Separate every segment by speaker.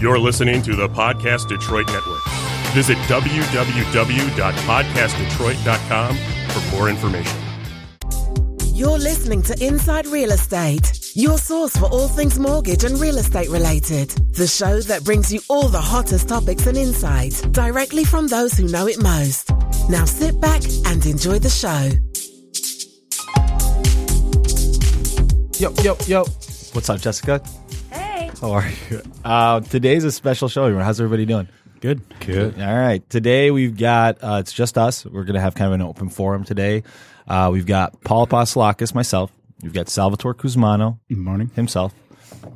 Speaker 1: You're listening to the Podcast Detroit Network. Visit www.podcastdetroit.com for more information.
Speaker 2: You're listening to Inside Real Estate, your source for all things mortgage and real estate related. The show that brings you all the hottest topics and insights directly from those who know it most. Now sit back and enjoy the show.
Speaker 3: Yo, yo, yo. What's up, Uh, Jessica?
Speaker 4: Hey.
Speaker 3: How are you? Uh, today's a special show, everyone. How's everybody doing?
Speaker 5: Good.
Speaker 3: Good. All right. Today we've got, uh, it's just us. We're going to have kind of an open forum today. Uh, we've got Paul Paslakis, myself. We've got Salvatore Cusmano
Speaker 5: Good morning.
Speaker 3: himself,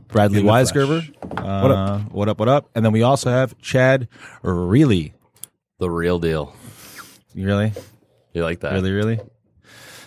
Speaker 3: Bradley
Speaker 5: Mm-hmm. In the flesh.
Speaker 3: Weisgerber. Uh, what up? What up? What up? And then we also have Chad Really.
Speaker 6: The real deal.
Speaker 3: Really?
Speaker 6: You like that?
Speaker 3: Really, really?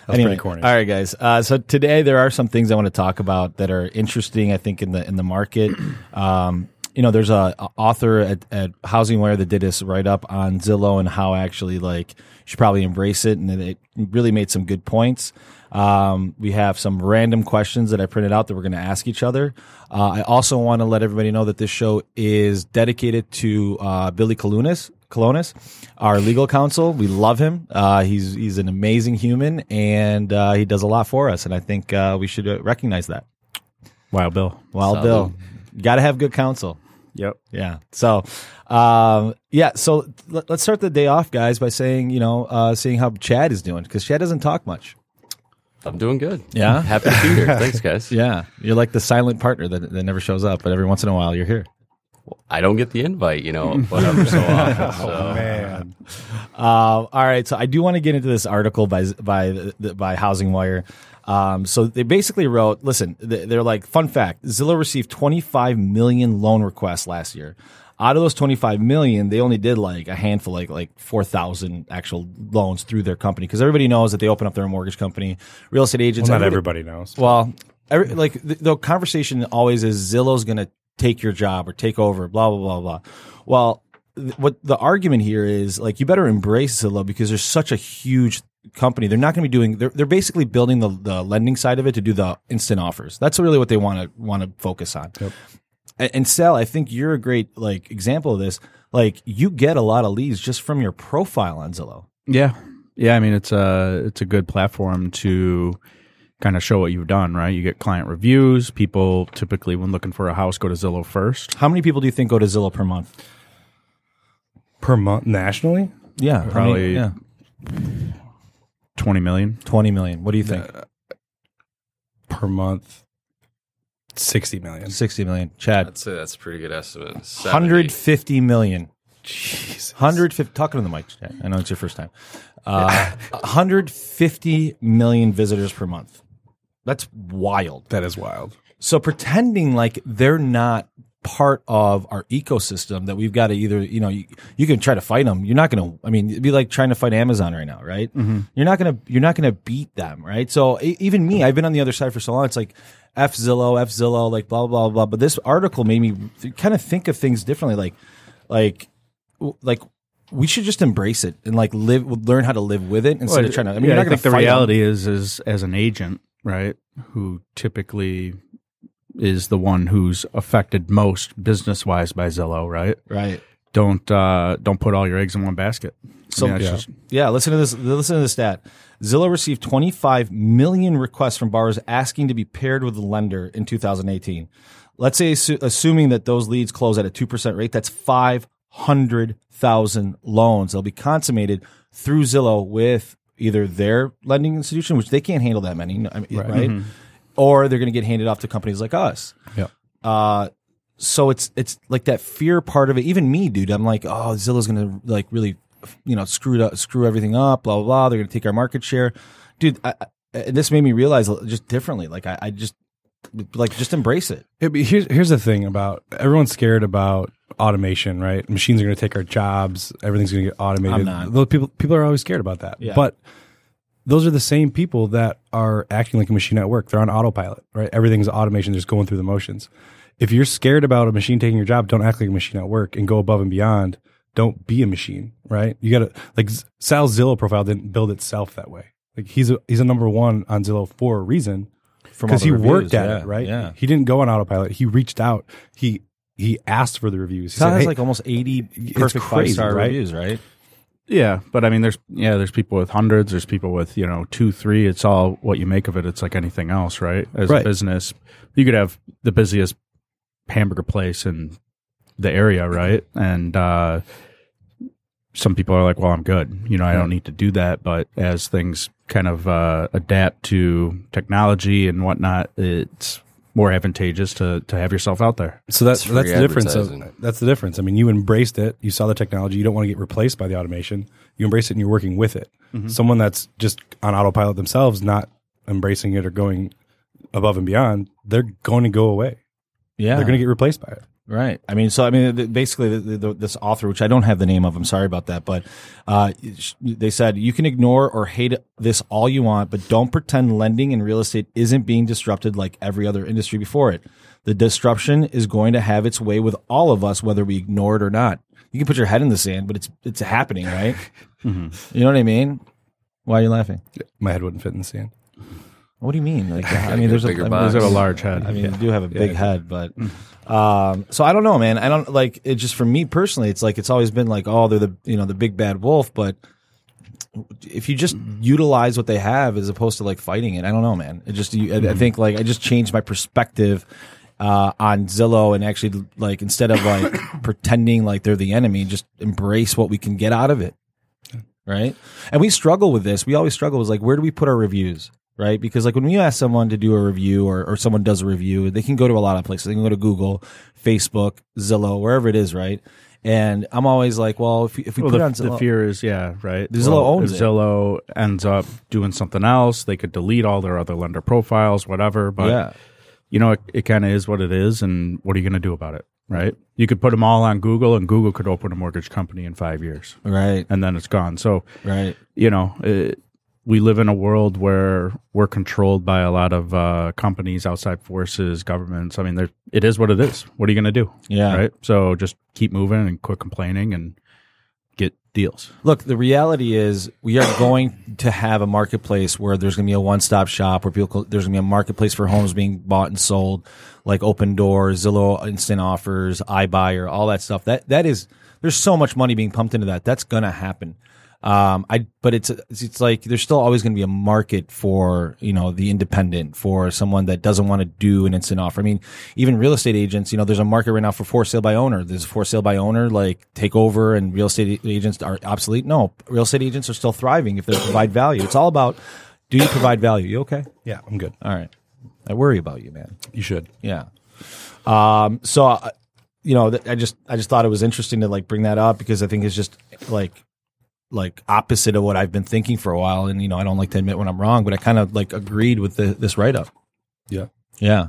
Speaker 5: pretty corny.
Speaker 3: All right, guys. Uh, so today there are some things I want to talk about that are interesting. I think in the in the market, um, you know, there's a, a author at, at Housing Wire that did this write up on Zillow and how actually like you should probably embrace it, and it really made some good points. Um, we have some random questions that I printed out that we're going to ask each other. Uh, I also want to let everybody know that this show is dedicated to uh, Billy Kalunas. Colonis, our legal counsel. We love him. Uh, he's he's an amazing human, and uh, he does a lot for us. And I think uh, we should uh, recognize that.
Speaker 5: Wow, Bill.
Speaker 3: Wild
Speaker 6: Solid.
Speaker 3: Bill, got to have good counsel.
Speaker 5: Yep.
Speaker 3: Yeah. So, um, yeah. So let, let's start the day off, guys, by saying you know uh, seeing how Chad is doing because Chad doesn't talk much.
Speaker 6: I'm doing good.
Speaker 3: Yeah?
Speaker 6: Happy to be here. Thanks, guys.
Speaker 3: Yeah, you're like the silent partner that, that never shows up, but every once in a while you're here.
Speaker 6: I don't get the invite, you know, but I'm so often.
Speaker 3: Oh,
Speaker 6: So
Speaker 5: Oh, Man.
Speaker 3: Um, all right, so I do want to get into this article by by by Housing Wire. Um, so they basically wrote, listen, they- they're like, fun fact: Zillow received 25 million loan requests last year. Out of those 25 million, they only did like a handful, like like 4,000 actual loans through their company because everybody knows that they open up their own mortgage company, real estate agents.
Speaker 5: Not
Speaker 3: everybody-
Speaker 5: everybody knows.
Speaker 3: well, every, like the, the conversation always is Zillow's going to take your job or take over, blah blah blah blah. Well, th- what the argument here is like you better embrace Zillow because they're such a huge company. They're not going to be doing. They're they're basically building the the lending side of it to do the instant offers. That's really what they want to want to focus on. A- and Sal, I think you're a great like example of this. Like you get a lot of leads just from your profile on Zillow.
Speaker 5: Yeah. Yeah, I mean it's a it's a good platform to kind of show what you've done, right? You get client reviews. People typically when looking for a house go to Zillow first.
Speaker 3: How many people do you think go to Zillow per month?
Speaker 5: Per month nationally?
Speaker 3: Yeah, I mean,
Speaker 5: Probably-
Speaker 3: yeah,
Speaker 5: 20 million
Speaker 3: twenty million. What do you think?
Speaker 5: per month. 60 million.
Speaker 3: 60 million. Chad,
Speaker 6: I'd say that's a pretty good estimate. 70.
Speaker 3: 150 million. Jeez. 150 talking to the mic. Chad. I know it's your first time. Uh, 150 million visitors per month. That's wild.
Speaker 5: That is wild.
Speaker 3: So pretending like they're not part of our ecosystem that we've got to either you know you, you can try to fight them you're not going to i mean it'd be like trying to fight amazon right now right
Speaker 5: Mm-hmm.
Speaker 3: you're not going to you're not going to beat them right so e- even me i've been on the other side for so long it's like f zillow f zillow like blah blah blah but this article made me th- kind of think of things differently like like w- like we should just embrace it and like live learn how to live with it instead of trying to i mean you're
Speaker 5: yeah,
Speaker 3: not
Speaker 5: I
Speaker 3: going
Speaker 5: think
Speaker 3: to
Speaker 5: the
Speaker 3: fight 'em.
Speaker 5: reality is is as an agent, right, who typically is the one who's affected most business wise by Zillow, right?
Speaker 3: right
Speaker 5: Don't uh, don't put all your eggs in one basket.
Speaker 3: So
Speaker 5: I mean,
Speaker 3: yeah.
Speaker 5: that's just-
Speaker 3: listen to this. Listen to this stat. Zillow received 25 million requests from borrowers asking to be paired with a lender in 2018. Let's say assu- assuming that those leads close at a two percent rate, that's 500,000 loans. They'll be consummated through Zillow with either their lending institution, which they can't handle that many, I mean, right? Mm-hmm. Or they're going to get handed off to companies like us uh so it's it's like that fear part of it even me dude i'm like oh zillow's gonna like really you know screw it up screw everything up blah blah blah they're gonna take our market share dude I, I, and this made me realize just differently like I, I just like just embrace it
Speaker 7: Yeah, but here's here's the thing about everyone's scared about automation, right? Machines are going to take our jobs. Everything's going to get automated.
Speaker 3: I'm not.
Speaker 7: Those people people are always scared about that.
Speaker 3: Yeah.
Speaker 7: But those are the same people that are acting like a machine at work. They're on autopilot, right? Everything's automation. They're just going through the motions. If you're scared about a machine taking your job, don't act like a machine at work and go above and beyond. Don't be a machine, right? You got to like Z- Sal's Zillow profile didn't build itself that way. Like he's a, he's a number one on Zillow for a reason
Speaker 3: from all
Speaker 7: because
Speaker 3: the
Speaker 7: he
Speaker 3: reviews.
Speaker 7: worked at
Speaker 3: Yeah,
Speaker 7: it, right?
Speaker 3: yeah
Speaker 7: He didn't go on autopilot. He reached out. He he asked for the reviews. He
Speaker 3: Todd
Speaker 7: said,
Speaker 3: has
Speaker 7: "Hey,
Speaker 3: like almost eighty
Speaker 7: it's
Speaker 3: perfect five
Speaker 7: crazy,
Speaker 3: star
Speaker 7: right?
Speaker 3: reviews, right?
Speaker 5: Yeah, but I mean, there's yeah, there's people with hundreds. There's people with you know two, three. It's all what you make of it. It's like anything else, right? As
Speaker 7: Right.
Speaker 5: a business, you could have the busiest hamburger place in the area, right? And uh, some people are like, "Well, I'm good. You know, I don't need to do that." But as things kind of uh, adapt to technology and whatnot, it's more advantageous to to have yourself out there.
Speaker 7: So that's
Speaker 6: free
Speaker 7: that's the difference. Of,
Speaker 6: advertising.
Speaker 7: that's the difference. I mean, you embraced it. You saw the technology. You don't want to get replaced by the automation. You embrace it, and you're working with it. Someone that's just on autopilot themselves, not embracing it or going above and beyond, they're going to go away.
Speaker 3: Yeah,
Speaker 7: They're going to get replaced by it.
Speaker 3: Right. I mean, so I mean, th- basically, the, the, the, this author, which I don't have the name of, I'm sorry about that, but uh, sh- they said you can ignore or hate this all you want, but don't pretend lending and real estate isn't being disrupted like every other industry before it. The disruption is going to have its way with all of us, whether we ignore it or not. You can put your head in the sand, but it's it's happening, right?
Speaker 6: Mm-hmm.
Speaker 3: You know what I mean? Why are you laughing?
Speaker 7: My head wouldn't fit in the sand.
Speaker 3: What do you mean? Like, I
Speaker 6: get
Speaker 3: mean,
Speaker 6: a
Speaker 3: there's a, I
Speaker 6: bigger
Speaker 3: mean,
Speaker 5: Those
Speaker 6: box.
Speaker 3: there's
Speaker 5: have a
Speaker 3: a lot.
Speaker 5: large head.
Speaker 3: I mean, you do have a big head, but um, so I don't know, man. I don't like it. Just for me personally, it's like it's always been like, oh, they're the you know the big bad wolf. But if you just
Speaker 5: Mm-hmm.
Speaker 3: utilize what they have as opposed to like fighting it, I don't know, man. It just you, I,
Speaker 5: Mm-hmm.
Speaker 3: I think like I just changed my perspective uh, on Zillow and actually like instead of like pretending like they're the enemy, just embrace what we can get out of it right? And we struggle with this. We always struggle with like where do we put our reviews, right? Because like when we ask someone to do a review or, or someone does a review, they can go to a lot of places. They can go to Google, Facebook, Zillow, wherever it is, right? And I'm always like, well, if, we- if we
Speaker 5: Well,
Speaker 3: put
Speaker 5: the,
Speaker 3: it on
Speaker 5: the
Speaker 3: Zillow,
Speaker 5: fear is, yeah, right.
Speaker 3: Zillow
Speaker 5: Well,
Speaker 3: owns
Speaker 5: if
Speaker 3: it.
Speaker 5: Zillow ends up doing something else. They could delete all their other lender profiles, whatever. But
Speaker 3: yeah,
Speaker 5: you know, it, it kind of is what it is, and what are you going to do about it, right? You could put them all on Google, and Google could open a mortgage company in five years,
Speaker 3: right,
Speaker 5: and then it's gone. So
Speaker 3: right,
Speaker 5: you know, it, we live in a world where we're controlled by a lot of uh, companies, outside forces, governments. I mean, there- it is what it is. What are you going to do?
Speaker 3: yeah,
Speaker 5: Right. So just keep moving and quit complaining and get deals.
Speaker 3: Look, the reality is we are going to have a marketplace where there's going to be a one-stop shop where people there's going to be a marketplace for homes being bought and sold, like Open Door, Zillow Instant Offers, iBuyer, all that stuff. That that is there's so much money being pumped into that. That's going to happen. Um, I but it's it's it's like there's still always going to be a market for you know the independent for someone that doesn't want to do an instant offer. I mean, even real estate agents, you know, there's a market right now for for sale by owner. There's a for sale by owner like take over, and real estate agents are obsolete. No, real estate agents are still thriving if they provide value. It's all about do you provide value? You okay?
Speaker 7: Yeah, I'm good.
Speaker 3: All right. I worry about you, man.
Speaker 7: You should.
Speaker 3: Yeah. Um, so, uh, you know, th- I just I just thought it was interesting to like bring that up because I think it's just like like opposite of what I've been thinking for a while, and you know, I don't like to admit when I'm wrong, but I kind of like agreed with the, this write up.
Speaker 7: Yeah.
Speaker 3: Yeah.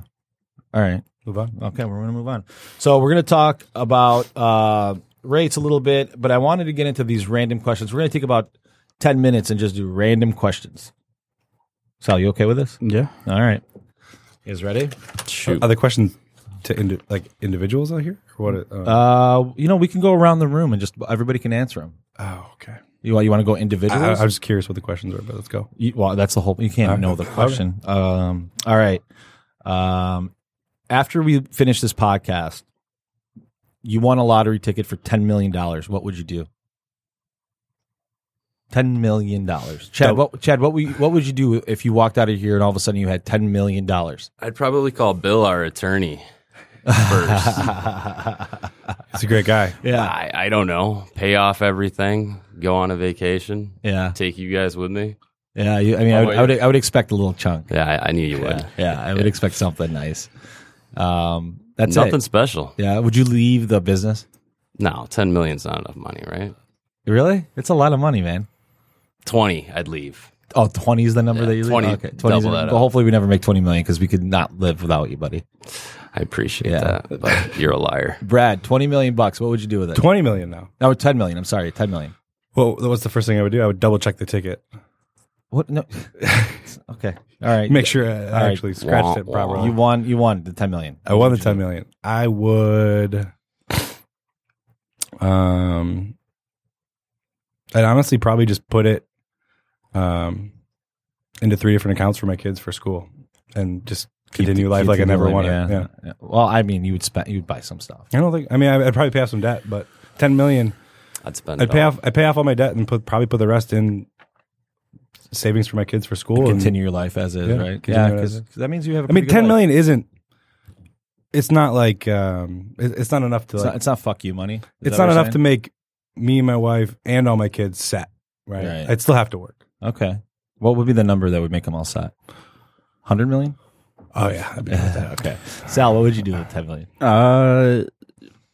Speaker 3: All right.
Speaker 7: Move on.
Speaker 3: Okay, we're going to move on. So we're going to talk about uh, rates a little bit, but I wanted to get into these random questions. We're going to take about ten minutes and just do random questions. Sal, you okay with this?
Speaker 5: Yeah.
Speaker 3: All right. You guys ready?
Speaker 7: Are, are the questions to indi- like individuals out here? Or what? Uh,
Speaker 3: Uh, you know, we can go around the room and just everybody can answer them.
Speaker 7: oh, okay.
Speaker 3: You want you want to go
Speaker 7: I, I
Speaker 3: individuals?
Speaker 7: I was curious what the questions were, but let's go.
Speaker 3: You- well, that's the whole. You can't
Speaker 7: Okay.
Speaker 3: know the question. Um, all right. Um, after we finish this podcast, you won a lottery ticket for ten million dollars. What would you do? Ten million dollars, Chad. What, Chad, what we what would you do if you walked out of here and all of a sudden you had ten million dollars?
Speaker 6: I'd probably call Bill our attorney first.
Speaker 7: He's a great guy.
Speaker 3: Yeah,
Speaker 6: I, I don't know. Pay off everything. Go on a vacation.
Speaker 3: yeah,
Speaker 6: Take you guys with me.
Speaker 3: yeah. You, I mean, I would, I would I would expect a little chunk.
Speaker 6: Yeah, I, I knew you would.
Speaker 3: Yeah, yeah, I would expect something nice. Um, that's
Speaker 6: Nothing
Speaker 3: it.
Speaker 6: special.
Speaker 3: Yeah, would you leave the business?
Speaker 6: No, ten million's not enough money, right?
Speaker 3: Really? It's a lot of money, man.
Speaker 6: Twenty, I'd leave.
Speaker 3: Oh, 20 is the number
Speaker 6: Yeah,
Speaker 3: that you leave?
Speaker 6: 20,
Speaker 3: Okay, 20 is
Speaker 6: double
Speaker 3: the-
Speaker 6: that
Speaker 3: well,
Speaker 6: up.
Speaker 3: hopefully we never make 20 million because we could not live without you, buddy.
Speaker 6: I appreciate
Speaker 3: Yeah.
Speaker 6: that, but you're a liar.
Speaker 3: Brad, 20 million bucks. What would you do with it?
Speaker 7: Twenty million now.
Speaker 3: no, 10 million. I'm sorry, 10 million.
Speaker 7: Well, what's the first thing I would do? I would double check the ticket,
Speaker 3: What? No. okay. All right.
Speaker 7: make sure I, I
Speaker 3: right.
Speaker 7: actually scratched it
Speaker 6: Wah,
Speaker 7: properly.
Speaker 6: wah.
Speaker 3: You won. You won the 10 million.
Speaker 7: I won the ten million. I would. Um, I'd honestly probably just put it, um, into three different accounts for my kids for school, and just continue life like I never
Speaker 3: living,
Speaker 7: wanted.
Speaker 3: yeah.
Speaker 7: yeah.
Speaker 3: Yeah. Well, I mean, you would spend, you would buy some stuff.
Speaker 7: I don't think. I mean, I- I'd probably pay off some debt, but ten million.
Speaker 6: I'd spend.
Speaker 7: I'd
Speaker 6: it
Speaker 7: pay
Speaker 6: all.
Speaker 7: off. I pay off all my debt and put probably put the rest in savings for my kids for school. and-
Speaker 3: Continue your life as is,
Speaker 7: Yeah,
Speaker 3: right?
Speaker 7: continue
Speaker 3: Yeah,
Speaker 7: it as
Speaker 3: because
Speaker 7: is.
Speaker 3: that means you have. I
Speaker 7: I mean, ten million isn't. It's not like um, it- it's not enough to.
Speaker 3: It's
Speaker 7: like,
Speaker 3: not, it's not fuck you money. Is that
Speaker 7: it's not
Speaker 3: what
Speaker 7: enough
Speaker 3: you're
Speaker 7: to make me and my wife and all my kids set. Right.
Speaker 3: Right.
Speaker 7: I'd still have to work.
Speaker 3: saying? Okay. What would be the number that would make them all set? Hundred million.
Speaker 7: Oh yeah. I'd be-
Speaker 3: okay. Sal, what would you do with ten million?
Speaker 5: Uh,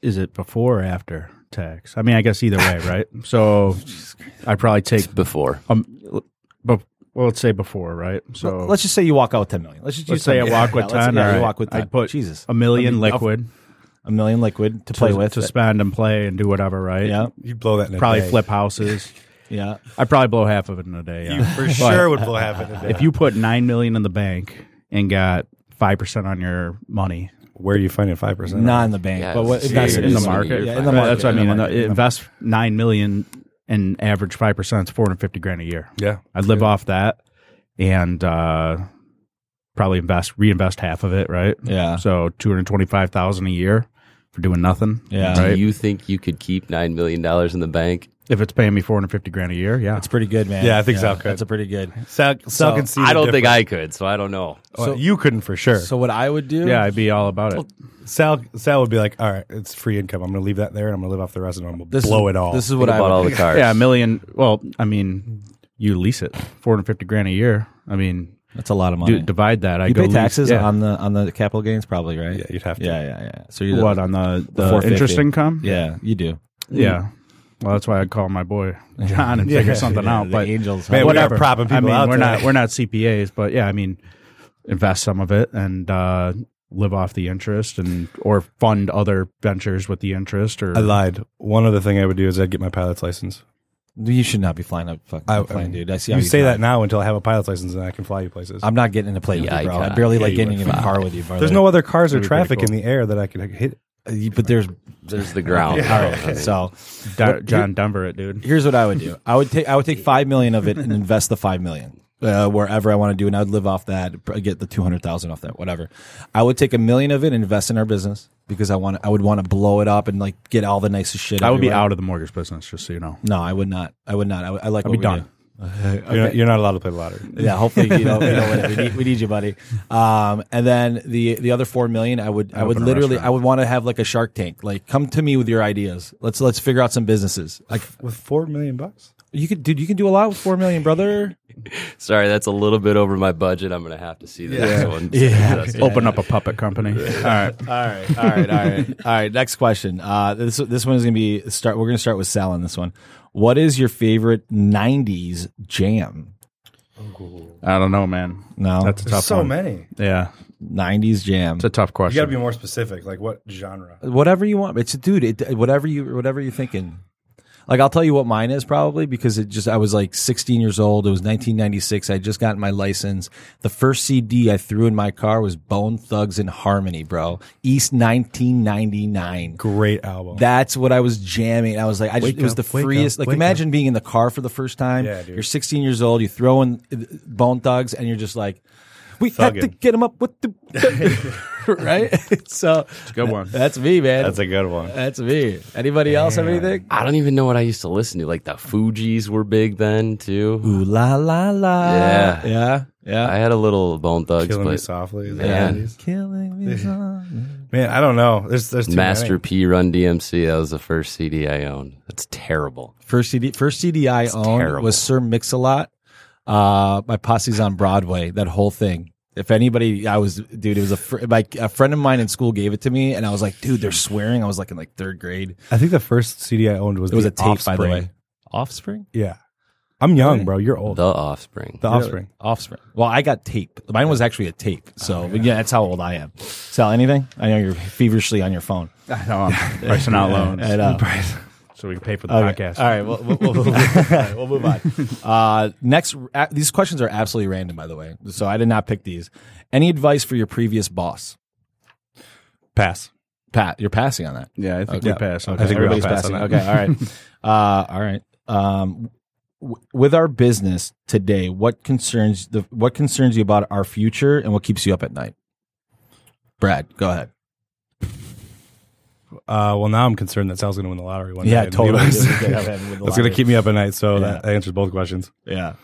Speaker 5: is it before or after tax? I mean, I guess either way, right? So I probably take
Speaker 6: before.
Speaker 5: um, but well, let's say before, right? So
Speaker 3: Let's just say you walk out with ten million. Let's just
Speaker 5: Oh. let's
Speaker 3: use
Speaker 5: say I
Speaker 3: 10 million.
Speaker 5: walk with
Speaker 3: Yeah, let's-
Speaker 5: ten.
Speaker 3: yeah,
Speaker 5: all
Speaker 3: you
Speaker 5: right.
Speaker 3: walk with 10.
Speaker 5: I'd put
Speaker 3: Jesus
Speaker 5: a million
Speaker 3: That'd be-
Speaker 5: liquid
Speaker 3: a million liquid to
Speaker 5: to,
Speaker 3: play with.
Speaker 5: to spend and play and do whatever, right?
Speaker 3: yeah,
Speaker 7: You'd blow that. In a
Speaker 5: Probably
Speaker 7: day.
Speaker 5: flip houses.
Speaker 3: yeah.
Speaker 5: I probably blow half of it in a day.
Speaker 7: You
Speaker 5: yeah.
Speaker 7: for sure would blow half it. in a day.
Speaker 5: If you put nine million in the bank and got five percent on your money
Speaker 7: where are you finding five percent?
Speaker 3: Not in the bank,
Speaker 6: Yeah,
Speaker 3: but what,
Speaker 6: it's-
Speaker 3: invest
Speaker 6: it's
Speaker 3: it
Speaker 5: in the
Speaker 3: somewhere.
Speaker 5: market.
Speaker 3: Yeah, in the
Speaker 5: Right,
Speaker 3: market.
Speaker 5: That's what I
Speaker 3: in
Speaker 5: mean.
Speaker 3: the
Speaker 5: And
Speaker 3: market.
Speaker 5: Invest nine million and average five percent. It's four hundred fifty grand a year.
Speaker 7: Yeah.
Speaker 5: I'd live off that and uh, probably invest, reinvest half of it. Right.
Speaker 3: Yeah.
Speaker 5: So two hundred twenty-five thousand a year for doing nothing.
Speaker 3: Yeah.
Speaker 5: Right.
Speaker 6: Do you think you could keep nine million dollars in the bank?
Speaker 5: if it's paying me four hundred fifty grand a year, yeah.
Speaker 3: That's pretty good, man.
Speaker 7: Yeah, I think Sal could.
Speaker 3: That's a pretty good.
Speaker 7: Sal, Sal can see.
Speaker 6: I
Speaker 7: the
Speaker 6: don't think
Speaker 7: difference.
Speaker 6: I could, so I don't know.
Speaker 7: Well, you couldn't for sure.
Speaker 3: So what I would do?
Speaker 5: yeah, I'd be all about it.
Speaker 7: Sal Sal would be like, all right, it's free income. I'm going to leave that there, and I'm going to live off the rest, and I'm going to
Speaker 3: this
Speaker 7: blow
Speaker 3: is,
Speaker 7: it all.
Speaker 3: This is
Speaker 6: What
Speaker 3: what I
Speaker 6: about
Speaker 3: would
Speaker 6: all the cars?
Speaker 5: Yeah, a million. Well, I mean, you lease it four hundred fifty grand a year. I mean,
Speaker 3: That's a lot of money.
Speaker 5: do, divide that. I
Speaker 3: you
Speaker 5: go
Speaker 3: pay
Speaker 5: lease-
Speaker 3: taxes
Speaker 5: yeah.
Speaker 3: on the on the capital gains, probably, right?
Speaker 7: Yeah, you'd have to.
Speaker 3: Yeah, yeah, yeah. So you're
Speaker 5: what on the, the
Speaker 3: 450.
Speaker 5: interest income?
Speaker 3: Yeah, you do.
Speaker 5: Yeah. Well, that's why I'd call my boy John and figure something
Speaker 3: Yeah,
Speaker 5: out.
Speaker 3: the
Speaker 5: But
Speaker 3: angels,
Speaker 7: Man,
Speaker 3: huh?
Speaker 7: we
Speaker 5: whatever,
Speaker 7: are propping
Speaker 5: I
Speaker 7: people
Speaker 5: mean,
Speaker 7: out
Speaker 5: we're
Speaker 7: there.
Speaker 5: not we're not CPAs, but yeah, I mean, invest some of it and uh, live off the interest, and or fund other ventures with the interest. Or
Speaker 7: I lied. One other thing I would do is I'd get my pilot's license.
Speaker 3: you should not be flying a fucking
Speaker 7: I, um,
Speaker 3: plane, dude. I see.
Speaker 7: you,
Speaker 3: how
Speaker 7: say
Speaker 3: fly.
Speaker 7: that now until I have a pilot's license and I can fly you places.
Speaker 3: I'm not getting in a plane
Speaker 6: Yeah,
Speaker 3: with you,
Speaker 6: I
Speaker 3: bro. I
Speaker 6: got-
Speaker 3: barely
Speaker 6: yeah,
Speaker 3: like
Speaker 6: you
Speaker 3: getting
Speaker 6: would.
Speaker 3: in a car with you, bro.
Speaker 7: There's no other cars or
Speaker 5: That'd be pretty
Speaker 7: traffic in the air that I could hit.
Speaker 3: no, but there's
Speaker 6: There's the ground.
Speaker 3: all right. So
Speaker 5: Di- John Denver, it dude.
Speaker 3: here's what I would do. I would take I would take five million of it and invest the five million uh, wherever I want to do, and I'd live off that, pr- get the two hundred thousand off that, whatever. I would take a million of it and invest in our business because I want I would want to blow it up and like get all the nicest shit.
Speaker 5: I would be
Speaker 3: everywhere.
Speaker 5: out of the mortgage business, just so you know.
Speaker 3: No, I would not. I would not. I, would- I like.
Speaker 5: I'd
Speaker 3: what
Speaker 5: be
Speaker 3: we
Speaker 5: done.
Speaker 3: do.
Speaker 7: You're, not, you're not allowed to play the lottery.
Speaker 3: Yeah, hopefully you know, you know we, need, we need you, buddy. Um, and then the the other four million, I would I would
Speaker 5: Open a
Speaker 3: literally
Speaker 5: restaurant.
Speaker 3: I would want to have like a Shark Tank. Like, come to me with your ideas. Let's let's figure out some businesses. Like,
Speaker 7: With four million bucks?
Speaker 3: you could dude, you can do a lot with four million, brother.
Speaker 6: Sorry, that's a little bit over my budget. I'm going to have to see the next one. That's-
Speaker 5: Open up a puppet company. All right.
Speaker 3: All right, all right, all right, all right. Next question. Uh, this this one is gonna be start. We're gonna start with Sal on this one. What is your favorite '90s jam?
Speaker 5: I don't know, man.
Speaker 3: No,
Speaker 5: That's a tough one.
Speaker 7: many.
Speaker 5: Yeah,
Speaker 3: '90s jam.
Speaker 5: it's a tough
Speaker 7: You got to
Speaker 5: question.
Speaker 7: be more specific. Like what genre?
Speaker 3: whatever you want. It's dude. It, whatever you whatever you're thinking. Like I'll tell you what mine is probably because it just I was like 16 years old. It was 1996. I had just gotten my license. The first CD I threw in my car was Bone Thugs and Harmony, bro. East 1999.
Speaker 7: Great album.
Speaker 3: That's what I was jamming. I was like, I just,
Speaker 7: Wake
Speaker 3: it was
Speaker 7: up,
Speaker 3: the
Speaker 7: wake
Speaker 3: freest.
Speaker 7: up,
Speaker 3: like,
Speaker 7: wake
Speaker 3: imagine being in the car for the first time.
Speaker 7: Yeah, dude.
Speaker 3: You're 16 years old. You throw in uh, Bone Thugs, and you're just like, we had to
Speaker 7: Thuggin'.
Speaker 3: get him up with the right. so it's a
Speaker 5: good one.
Speaker 3: That's me, man. That's,
Speaker 7: a good one.
Speaker 3: me. Anybody else have anything?
Speaker 6: I don't even know what I used to listen to. Like the Fugees were big then too.
Speaker 3: Ooh la la la.
Speaker 6: Yeah.
Speaker 3: yeah, yeah.
Speaker 6: I had a little Bone Thugs,
Speaker 7: Killing Me
Speaker 6: but
Speaker 7: Softly.
Speaker 6: Yeah.
Speaker 7: Man.
Speaker 3: Killing me. softly.
Speaker 7: man, I don't know. There's there's too
Speaker 6: Master
Speaker 7: many.
Speaker 6: P, Run DMC. That was the first CD I owned. That's terrible.
Speaker 3: First CD, first CD I owned
Speaker 6: terrible.
Speaker 3: was Sir Mix-a-Lot. Uh, my posse's on Broadway. That whole thing. If anybody, I was dude. It was a fr- my, a friend of mine in school gave it to me, and I was like, dude, they're swearing. I was like in like third grade.
Speaker 7: I think the first CD I owned was
Speaker 3: It was
Speaker 7: the
Speaker 3: a tape, by
Speaker 7: Offspring.
Speaker 3: the way. Offspring,
Speaker 7: Yeah, I'm young, bro. You're old.
Speaker 6: The Offspring.
Speaker 7: The Offspring.
Speaker 3: Offspring. Well, I got tape. Mine was actually a tape. So Oh, yeah. that's how old I am. Sal, anything? I know you're feverishly on your phone.
Speaker 5: I know I'm pricing out loans,
Speaker 3: And, uh,
Speaker 5: so we can pay for the
Speaker 3: Okay.
Speaker 5: podcast.
Speaker 3: All right, we'll, we'll, we'll, we'll- all right, we'll move on. Uh, next, uh, these questions are absolutely random, by the way. So I did not pick these. Any advice for your previous boss?
Speaker 7: Pass.
Speaker 3: Pat, you're passing on that.
Speaker 5: Yeah, I think we
Speaker 7: Okay.
Speaker 5: pass.
Speaker 7: I think we all
Speaker 3: Everybody's
Speaker 7: pass
Speaker 3: passing.
Speaker 7: on
Speaker 3: Okay, all right, uh, all right. Um, w- with our business today, what concerns the what concerns you about our future, and what keeps you up at night? Brad, go ahead.
Speaker 7: Uh, well, now I'm concerned that Sal's going to win the lottery one
Speaker 3: Yeah,
Speaker 7: day.
Speaker 3: totally.
Speaker 7: That's going to keep me up at night. So that answers both questions.
Speaker 3: Yeah.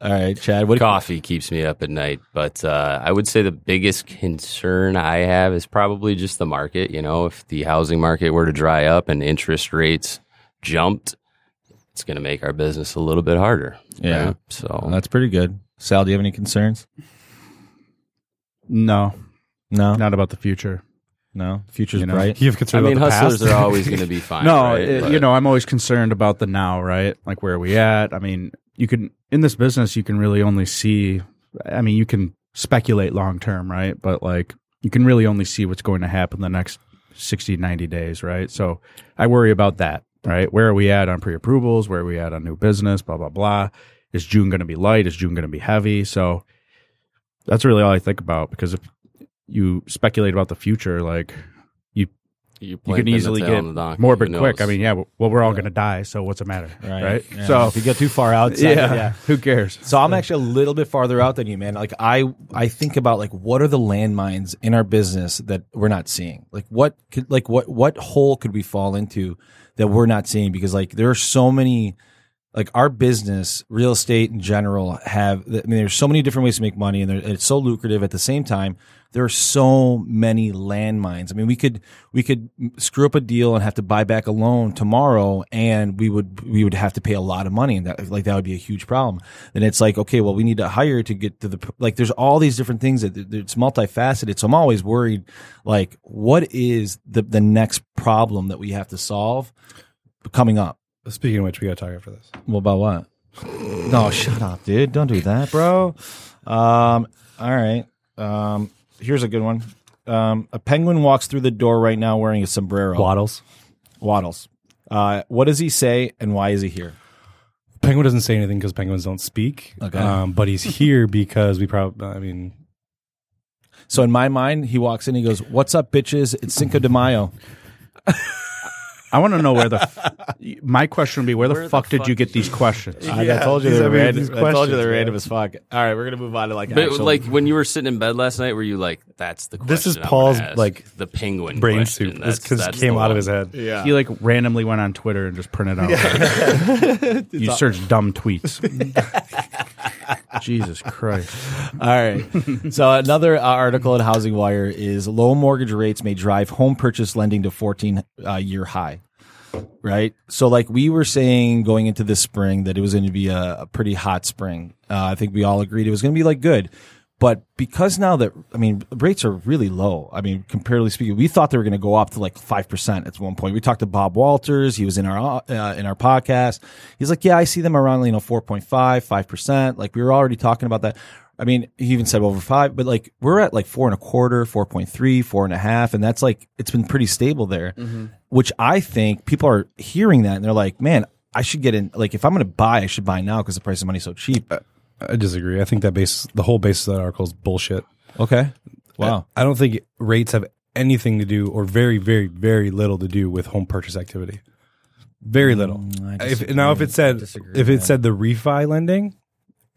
Speaker 3: All right, Chad. What?
Speaker 6: Coffee keeps me up at night, but uh, I would say the biggest concern I have is probably just the market. You know, if the housing market were to dry up and interest rates jumped, it's going to make our business a little bit harder.
Speaker 3: Yeah.
Speaker 6: So
Speaker 3: Well, that's pretty good. Sal, do you have any concerns?
Speaker 5: No,
Speaker 3: No, no.
Speaker 5: not about the future.
Speaker 3: Future's
Speaker 5: You know,
Speaker 3: bright.
Speaker 7: You have concern
Speaker 6: I mean,
Speaker 7: about the
Speaker 6: hustlers
Speaker 7: past?
Speaker 6: are always going to be fine.
Speaker 5: no,
Speaker 6: right?
Speaker 5: it-
Speaker 6: But-
Speaker 5: you know, I'm always concerned about the now, right? Like where are we at? I mean, you can in this business, you can really only see. I mean, you can speculate long term, right? But like, you can really only see what's going to happen the next 60, 90 days, right? So I worry about that, right? Where are we at on pre-approvals? Where are we at on new business? Blah blah blah. Is June going to be light? Is June going to be heavy? So that's really all I think about because if you speculate about the future, like
Speaker 6: you,
Speaker 5: you
Speaker 6: planting
Speaker 5: can
Speaker 6: the
Speaker 5: easily
Speaker 6: tail
Speaker 5: get
Speaker 6: on the donkey,
Speaker 5: morbid
Speaker 6: who
Speaker 5: quick. I
Speaker 6: knows?
Speaker 5: mean, yeah, well, we're all going to die, so what's the matter, right?
Speaker 3: Yeah.
Speaker 5: So
Speaker 3: if you get too far out,
Speaker 5: yeah, who cares?
Speaker 3: So I'm actually a little bit farther out than you, man. Like I, I think about like what are the landmines in our business that we're not seeing? Like what could, like what, what hole could we fall into that we're not seeing? Because like there are so many, like our business, real estate in general, have. I mean, there's so many different ways to make money, and they're- it's so lucrative. At the same time, there are so many landmines. I mean, we could we could screw up a deal and have to buy back a loan tomorrow, and we would we would have to pay a lot of money, and that like that would be a huge problem. And it's like, okay, well, we need to hire to get to the like. There's all these different things that that it's multifaceted. So I'm always worried, like, what is the the next problem that we have to solve coming up?
Speaker 7: Speaking of which, we got to talk after this.
Speaker 3: Well, about what? No, shut up, dude. Don't do that, bro. Um, all right. Um, here's a good one. Um, a penguin walks through the door right now wearing a sombrero.
Speaker 7: Waddles.
Speaker 3: Waddles. Uh, what does he say and why is he here?
Speaker 7: Penguin doesn't say anything because penguins don't speak.
Speaker 3: Okay.
Speaker 7: Um, but he's here because we probably, I mean,
Speaker 3: So in my mind, he walks in. He goes, "What's up, bitches? It's Cinco de Mayo."
Speaker 5: I want to know where the. F- my question would be, where the, fuck, did you get these questions?
Speaker 3: I, I told you
Speaker 7: these
Speaker 3: they're
Speaker 7: are- these
Speaker 3: random. I told you
Speaker 7: questions,
Speaker 3: they're
Speaker 7: man.
Speaker 3: random as fuck. All right, we're gonna move on to like.
Speaker 6: But
Speaker 3: actual-
Speaker 6: like when you were sitting in bed last night, were you like, "That's the
Speaker 7: This
Speaker 6: question
Speaker 7: is
Speaker 6: I wanna
Speaker 7: Paul's,
Speaker 6: ask,
Speaker 7: like,
Speaker 6: the penguin
Speaker 7: brain
Speaker 6: question.
Speaker 7: soup.
Speaker 6: That's-
Speaker 7: This just
Speaker 6: that's
Speaker 7: came
Speaker 6: the
Speaker 7: out of
Speaker 6: one."
Speaker 7: his head.
Speaker 3: yeah.
Speaker 5: He like randomly went on Twitter and just printed out. you search dumb tweets. Jesus Christ!
Speaker 3: All right. so another uh, article in Housing Wire is low mortgage rates may drive home purchase lending to 14 uh, year high. Right. So like we were saying going into this spring that it was going to be a, a pretty hot spring. Uh, I think we all agreed it was going to be like good. But because now that I mean rates are really low. I mean, comparatively speaking, we thought they were going to go up to like five percent at one point. We talked to Bob Walters; he was in our uh, in our podcast. He's like, "Yeah, I see them around you know 4.5, 5 percent." Like we were already talking about that. I mean, he even said over five, but like we're at like four and a quarter, 4.3, four and a half. And that's like, it's been pretty stable there,
Speaker 7: Mm-hmm.
Speaker 3: which I think people are hearing that and they're like, man, I should get in. Like, if I'm going to buy, I should buy now because the price of money is so cheap.
Speaker 7: Uh, I disagree. I think that base, the whole basis of that article is bullshit. uh,
Speaker 3: Okay. Wow.
Speaker 7: I don't think rates have anything to do, or very, very, very little to do with home purchase activity. Very little.
Speaker 3: Mm, I
Speaker 7: if, now, if it said if it said the refi lending,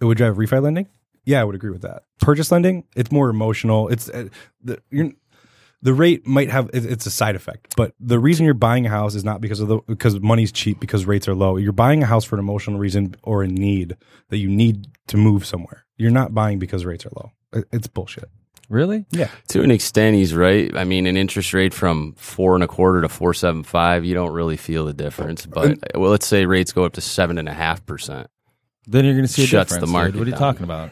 Speaker 7: it would drive refi lending. Yeah, I would agree with that. Purchase lending, it's more emotional. It's uh, the you're, the rate might have it- it's a side effect, but the reason you're buying a house is not because of the because money's cheap because rates are low. You're buying a house for an emotional reason or a need that you need to move somewhere. You're not buying because rates are low. It- It's bullshit.
Speaker 3: Really?
Speaker 6: To an extent, he's right. I mean, an interest rate from four and a quarter to four seven five, you don't really feel the difference. But uh, well, let's say rates go up to seven and a half percent.
Speaker 3: Then you're going to see a
Speaker 6: Shuts
Speaker 3: difference.
Speaker 6: the
Speaker 3: dude.
Speaker 6: market
Speaker 3: What are you
Speaker 6: down.
Speaker 3: talking about?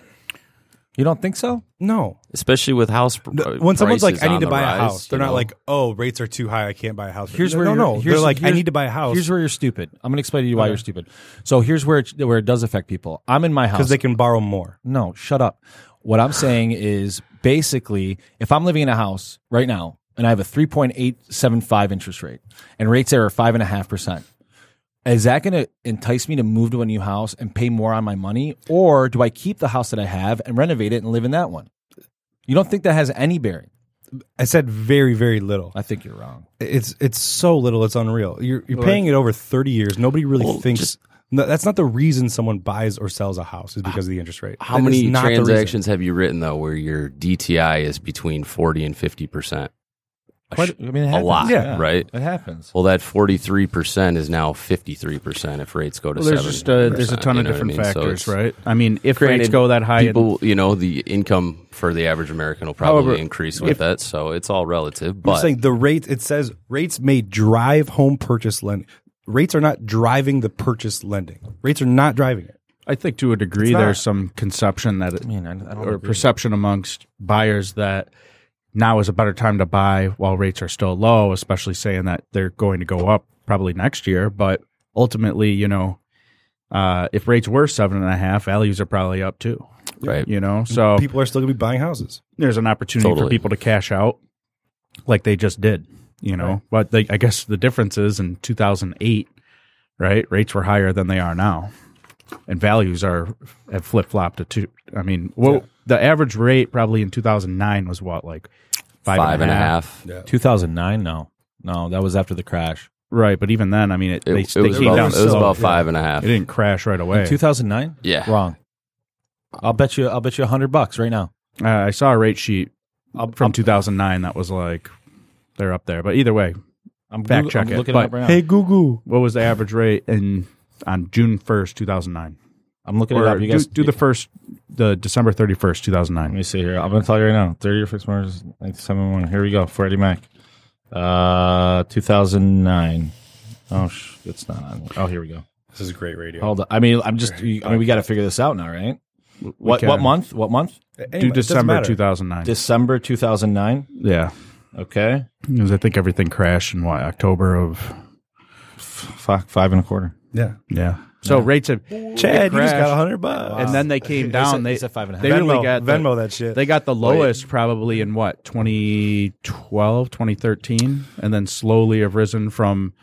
Speaker 3: You don't think so?
Speaker 7: No,
Speaker 6: especially with house pr-
Speaker 7: No, when someone's like,
Speaker 6: prices
Speaker 7: "I
Speaker 6: on
Speaker 7: need to
Speaker 6: the
Speaker 7: buy
Speaker 6: rise,"
Speaker 7: a house," they're
Speaker 6: you
Speaker 7: not
Speaker 6: know?
Speaker 7: like, "Oh, rates are too high. I can't buy a house."
Speaker 3: Here's
Speaker 7: no,
Speaker 3: where
Speaker 7: no,
Speaker 3: you're-
Speaker 7: no.
Speaker 3: here's-
Speaker 7: They're like, "I
Speaker 3: here's-
Speaker 7: need to buy a house."
Speaker 3: Here's where you're stupid. I'm going to explain to you why you're stupid. So here's where it, where it does affect people. I'm in my house.
Speaker 7: because they can borrow more.
Speaker 3: No, shut up. What I'm saying is basically, if I'm living in a house right now and I have a 3.875 interest rate and rates there are 5.5%, is that going to entice me to move to a new house and pay more on my money? Or do I keep the house that I have and renovate it and live in that one? You don't think that has any bearing?
Speaker 7: I said very, very little.
Speaker 3: I think you're wrong.
Speaker 7: It's it's so little. It's unreal. You're you're paying it over thirty years. Nobody really thinks. No, that's not the reason someone buys or sells a house is because of the interest rate.
Speaker 6: How
Speaker 7: That is
Speaker 6: many
Speaker 7: not the reason.
Speaker 6: transactions have you written though where your DTI is between 40 and 50%?
Speaker 3: Quite, I mean, it happens.
Speaker 6: lot,
Speaker 3: yeah,
Speaker 6: right?
Speaker 3: It happens.
Speaker 6: Well, that 43% is now 53% if rates go to
Speaker 5: Well, there's
Speaker 6: 7%.
Speaker 5: just uh, there's a ton
Speaker 6: you
Speaker 5: of
Speaker 6: know what I
Speaker 5: different
Speaker 6: mean? So
Speaker 5: factors,
Speaker 6: it's-
Speaker 5: right? I mean, if rates
Speaker 6: Granted,
Speaker 5: go that high,
Speaker 6: people, you know, the income for the average American will probably
Speaker 5: However,
Speaker 6: increase with
Speaker 5: if-
Speaker 6: that. So it's all relative.
Speaker 7: I'm
Speaker 6: But
Speaker 7: saying the rates. It says rates may drive home purchase lending. Rates are not driving the purchase lending. Rates are not driving it.
Speaker 5: I think to a degree,
Speaker 7: It's not-
Speaker 5: there's some conception that it,
Speaker 3: I mean, I, I don't
Speaker 5: or
Speaker 3: agree.
Speaker 5: perception amongst buyers that now is a better time to buy while rates are still low, especially saying that they're going to go up probably next year. But ultimately, you know, uh, if rates were seven and a half, values are probably up too.
Speaker 6: Right.
Speaker 5: You know, so
Speaker 7: People are still going to be buying houses.
Speaker 5: there's an opportunity for
Speaker 6: Totally.
Speaker 5: people to cash out like they just did, you know. But they, I guess the difference is in 2008, right? Rates were higher than they are now, and values are have flip flopped to two. I mean, well, the average rate probably in 2009 was what, like
Speaker 6: five and a half.
Speaker 3: 2009? No, no, that was after the crash.
Speaker 5: right? But even then, I mean, it,
Speaker 6: It,
Speaker 5: they,
Speaker 6: it
Speaker 5: they
Speaker 6: was
Speaker 5: came
Speaker 6: about,
Speaker 5: down
Speaker 6: it was
Speaker 5: slow.
Speaker 6: about five and a half.
Speaker 5: It didn't crash right away.
Speaker 3: 2009?
Speaker 6: Yeah.
Speaker 3: Wrong. I'll bet you. I'll bet you a hundred bucks right now.
Speaker 5: Uh, I saw a rate sheet from 2009 that was like they're up there. But either way,
Speaker 3: I'm
Speaker 5: Fact
Speaker 3: Goog-
Speaker 5: check
Speaker 3: I'm
Speaker 5: it,
Speaker 3: looking
Speaker 5: but-
Speaker 3: up right now.
Speaker 7: Google.
Speaker 5: what was the average rate in on June 1st, 2009?
Speaker 3: I'm looking it
Speaker 5: or
Speaker 3: up. You guys
Speaker 5: do, do the first, the December thirty first, two thousand
Speaker 3: Let
Speaker 5: nine.
Speaker 3: me see here. I'm going to tell you right now. 30 or fixed murders, 971. Here we go. Freddie Mac. Uh, 2009. Oh, sh- it's not on. Oh, here we go.
Speaker 7: This is great radio.
Speaker 3: Hold on. I mean, I'm just, I mean, we got to figure this out now, right? What,
Speaker 5: can.
Speaker 3: what month? What month?
Speaker 5: Do December two thousand nine.
Speaker 3: December 2009.
Speaker 5: Yeah,
Speaker 3: Okay.
Speaker 5: because I think everything crashed in what October of.
Speaker 3: Fuck, five and a quarter.
Speaker 7: Yeah.
Speaker 5: Yeah. So rates have
Speaker 7: Chad, you just got
Speaker 5: crashed,
Speaker 7: a hundred bucks.
Speaker 5: and then they came down. They
Speaker 3: It's at five and a half.
Speaker 5: they really got the-
Speaker 7: Venmo that shit.
Speaker 5: They got the lowest probably in what 2012, 2013, and then slowly have risen from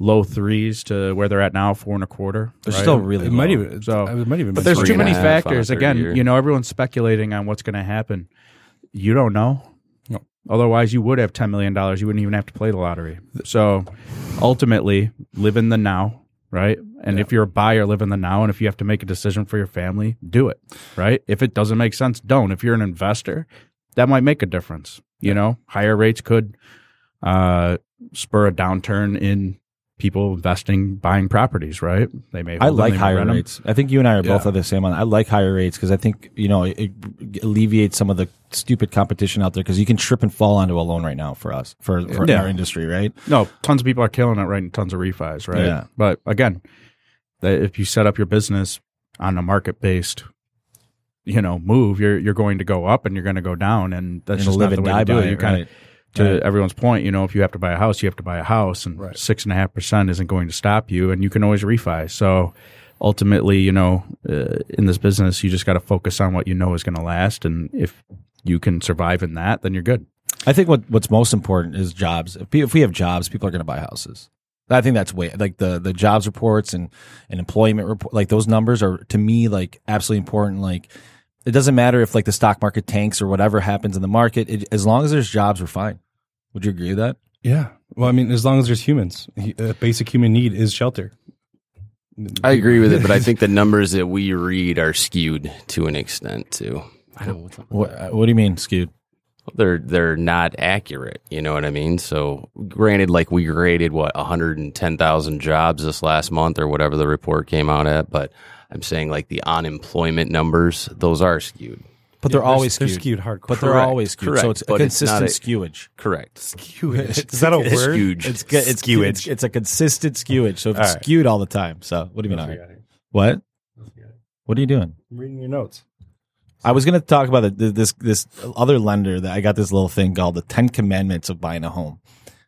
Speaker 5: low threes to where they're at now, four and a quarter.
Speaker 3: They're
Speaker 5: right?
Speaker 3: still really
Speaker 7: it might
Speaker 3: low.
Speaker 7: even.
Speaker 5: So-
Speaker 7: it might even.
Speaker 5: But
Speaker 7: be
Speaker 5: there's
Speaker 7: three
Speaker 5: too
Speaker 7: and a
Speaker 5: many
Speaker 7: half.
Speaker 6: half on a
Speaker 5: factors.
Speaker 6: third
Speaker 5: Again,
Speaker 6: year.
Speaker 5: you know, everyone's speculating on what's going to happen. You don't know.
Speaker 7: No.
Speaker 5: Otherwise, you would have ten million dollars. You wouldn't even have to play the lottery. So, ultimately, live in the now, right? And if you're a buyer, live in the now. And if you have to make a decision for your family, do it, right? If it doesn't make sense, don't. If you're an investor, that might make a difference. You know, higher rates could uh, spur a downturn in people investing, buying properties, right? They may.
Speaker 3: I
Speaker 5: hold them,
Speaker 3: like
Speaker 5: they may
Speaker 3: higher
Speaker 5: rent 'em.
Speaker 3: rates. I think you and I are both of the same on. that. I like higher rates because I think you know it, it alleviates some of the stupid competition out there because you can trip and fall onto a loan right now for us for, for
Speaker 5: Yeah.
Speaker 3: our industry, right?
Speaker 5: No, tons of people are killing it, right? And tons of refis, right?
Speaker 3: Yeah.
Speaker 5: But again, that if you set up your business on a market based, you know, move, you're you're going to go up and you're going to go down, and that's
Speaker 3: And
Speaker 5: just
Speaker 3: live
Speaker 5: not the
Speaker 3: and
Speaker 5: way
Speaker 3: die
Speaker 5: to do
Speaker 3: by
Speaker 5: it.
Speaker 3: it,
Speaker 5: You kind
Speaker 3: right.
Speaker 5: of, to
Speaker 3: Right.
Speaker 5: everyone's point, you know, if you have to buy a house, you have to buy a house, and six and a half percent isn't going to stop you, and you can always refi. So ultimately, you know, uh, in this business, you just got to focus on what you know is going to last, and if you can survive in that, then you're good.
Speaker 3: I think what what's most important is jobs. If, pe- if we have jobs, people are going to buy houses. I think that's way like the the jobs reports and and employment report like those numbers are to me like absolutely important. Like it doesn't matter if like the stock market tanks or whatever happens in the market. It, as long as there's jobs, we're fine. Would you agree with that?
Speaker 7: Yeah. Well, I mean, as long as there's humans, He- a basic human need is shelter.
Speaker 6: I agree with it, but I think the numbers that we read are skewed to an extent too. I don't know what's up.
Speaker 3: What uh, What do you mean skewed?
Speaker 6: they're they're not accurate. You know what I mean? So, granted, like we graded what 110,000 jobs this last month or whatever the report came out at, but I'm saying like the unemployment numbers, those are skewed.
Speaker 3: But they're always
Speaker 7: They're
Speaker 3: skewed.
Speaker 7: skewed hardcore.
Speaker 3: But they're
Speaker 6: Correct,
Speaker 3: always skewed. So
Speaker 6: correct,
Speaker 3: it's a
Speaker 6: but it's
Speaker 3: consistent
Speaker 6: not
Speaker 3: skewage.
Speaker 6: Correct.
Speaker 7: skewed. Is that a word?
Speaker 6: Skewed.
Speaker 3: It's good. It's skewage. It's, it's a consistent skewage. So if it's
Speaker 7: All right.
Speaker 3: skewed all the time. So what do you mean? all right? What? What are you doing?
Speaker 7: I'm reading your notes.
Speaker 3: I was going to talk about the, this this other lender that I got this little thing called the Ten Commandments of buying a home,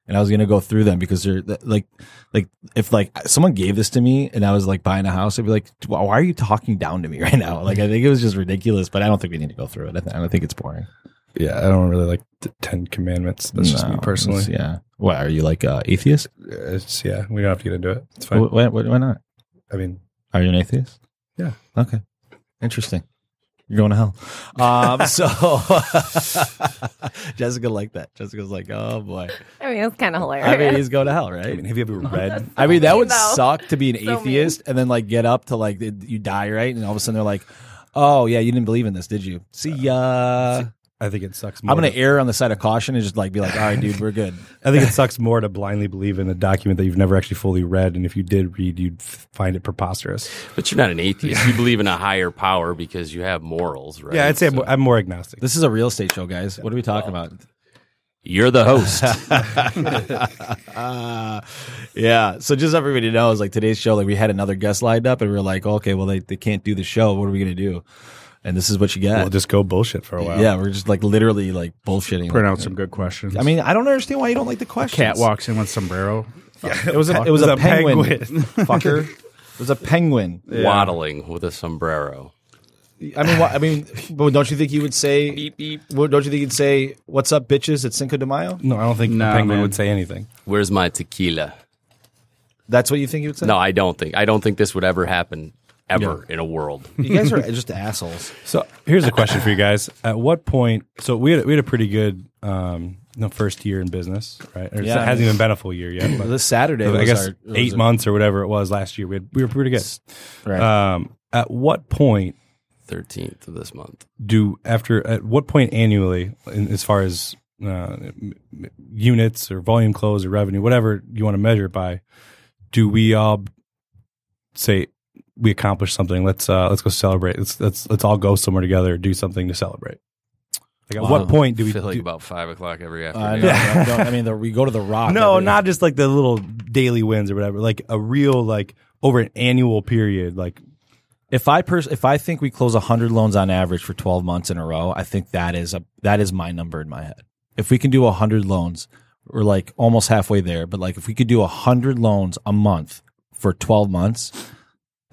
Speaker 3: and I was going to go through them because they're th- like like if like someone gave this to me and I was like buying a house, I'd be like, why are you talking down to me right now? Like I think it was just ridiculous, but I don't think we need to go through it. I, th- I don't think it's boring.
Speaker 7: Yeah, I don't really like the Ten Commandments. That's just
Speaker 3: No,
Speaker 7: me personally.
Speaker 3: it's- Yeah. Why are you like uh, atheist?
Speaker 7: It's yeah, we don't have to get into it. It's fine.
Speaker 3: Why, why, why not?
Speaker 7: I mean,
Speaker 3: Are you an atheist?
Speaker 7: Yeah.
Speaker 3: Okay. Interesting. You're going to hell. Um, so Jessica liked that. Jessica's like, oh boy.
Speaker 4: I mean, it's kind of hilarious.
Speaker 3: I mean, he's going to hell,
Speaker 7: I
Speaker 3: right?
Speaker 7: mean, have you ever read?
Speaker 3: I mean, that would
Speaker 4: though.
Speaker 3: suck to be an
Speaker 4: So mean.
Speaker 3: atheist and then like get up to like it- you die, right? And all of a sudden they're like, oh yeah, you didn't believe in this, did you? See ya.
Speaker 7: I think it sucks. More
Speaker 3: I'm gonna
Speaker 7: to-
Speaker 3: err on the side of caution and just like be like, all right, dude, we're good.
Speaker 7: I think it sucks more to blindly believe in a document that you've never actually fully read, and if you did read, you'd f- find it preposterous.
Speaker 6: But you're not an atheist. You believe in a higher power because you have morals, right?
Speaker 7: Yeah, I'd say I'm,
Speaker 6: So-
Speaker 7: I'm more agnostic.
Speaker 3: This is a real estate show, guys. What are we talking about?
Speaker 6: you're the host.
Speaker 3: Uh, yeah. So just so everybody knows, like today's show, like we had another guest lined up, and we were like, okay, well they, they can't do the show. What are we gonna do? And this is what you
Speaker 7: We'll
Speaker 3: get.
Speaker 7: just go bullshit for a while.
Speaker 3: yeah, we're just like literally like bullshitting.
Speaker 5: Print out some good questions.
Speaker 3: I mean, I don't understand why you don't like the questions.
Speaker 5: cat walks in with sombrero.
Speaker 3: It was a, it was a, penguin. fucker. It was a penguin.
Speaker 6: Waddling with a sombrero.
Speaker 3: I mean, what, I mean, but don't you think you would say? well, Don't you think you'd say, "What's up, bitches?" At Cinco de Mayo.
Speaker 7: No, I don't think
Speaker 5: Nah,
Speaker 7: the penguin
Speaker 5: man.
Speaker 7: would say anything.
Speaker 6: Where's my tequila?
Speaker 3: That's what you think you would say.
Speaker 6: No, I don't think. I don't think this would ever happen ever in a world.
Speaker 3: you guys are just assholes.
Speaker 7: So here's a question for you guys: At what point? So we had we had a pretty good um, no, first year in business, right? Or
Speaker 3: Yeah,
Speaker 7: it hasn't
Speaker 3: I mean-
Speaker 7: even been a full year yet. But
Speaker 3: This Saturday,
Speaker 7: I
Speaker 3: was
Speaker 7: guess
Speaker 3: our- was
Speaker 7: eight
Speaker 3: our-
Speaker 7: months or whatever it was last year, we had, we were pretty good.
Speaker 3: Right.
Speaker 7: Um, at what point
Speaker 6: 13th of this month.
Speaker 7: do after at what point annually in, as far as uh, m- m- units or volume close or revenue whatever you want to measure it by do we all say we accomplished something let's uh let's go celebrate let's let's let's all go somewhere together do something to celebrate like at
Speaker 6: Wow.
Speaker 7: what point do we
Speaker 6: I feel like
Speaker 7: do-
Speaker 6: about five o'clock every
Speaker 3: I
Speaker 6: afternoon.
Speaker 3: know. I don't- I mean, the, we go to the Rock.
Speaker 7: no
Speaker 3: every-
Speaker 7: not just like the little daily wins or whatever like a real like over an annual period like
Speaker 3: If I pers- if I think we close hundred loans on average for twelve months in a row, I think that is a that is my number in my head. If we can do hundred loans, we're like almost halfway there. But like if we could do hundred loans a month for twelve months,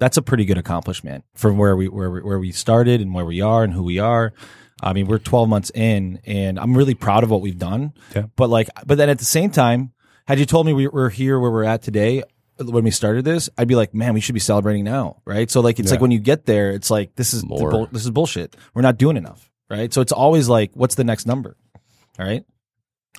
Speaker 3: that's a pretty good accomplishment from where we where we, where we started and where we are and who we are. I mean, we're 12 months in, and I'm really proud of what we've done.
Speaker 7: Yeah.
Speaker 3: But like, but then at the same time, had you told me we were here where we're at today when we started this, I'd be like, man, we should be celebrating now, right? So like, it's like when you get there, it's like this is the
Speaker 6: More.
Speaker 3: bull- this is bullshit. We're not doing enough, right? So it's always like, what's the next number? All right.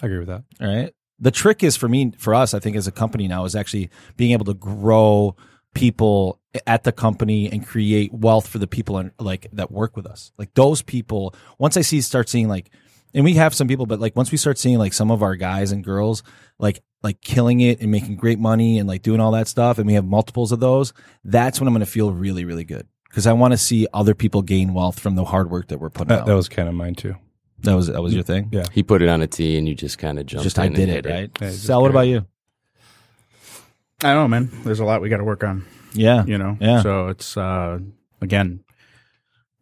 Speaker 7: i agree with that
Speaker 3: All right. The trick is for me, for us, I think as a company now is actually being able to grow people at the company and create wealth for the people and like that work with us. Like those people, once I see start seeing like, and we have some people, but like once we start seeing like some of our guys and girls like like killing it and making great money and like doing all that stuff, and we have multiples of those, that's when I'm going to feel really really good because I want to see other people gain wealth from the hard work that we're putting
Speaker 7: that,
Speaker 3: out.
Speaker 7: that was kind of mine too
Speaker 3: that was that was your thing.
Speaker 7: Yeah.
Speaker 6: He put it on a tee and you just kind of jumped
Speaker 3: Just
Speaker 6: in
Speaker 3: I
Speaker 6: and
Speaker 3: did
Speaker 6: hit
Speaker 3: it right.
Speaker 7: Yeah, just
Speaker 3: Sal, what about
Speaker 7: carry
Speaker 3: you?
Speaker 5: I don't know, man. There's a lot we got to work on.
Speaker 3: Yeah.
Speaker 5: You know.
Speaker 3: Yeah.
Speaker 5: So it's uh, again,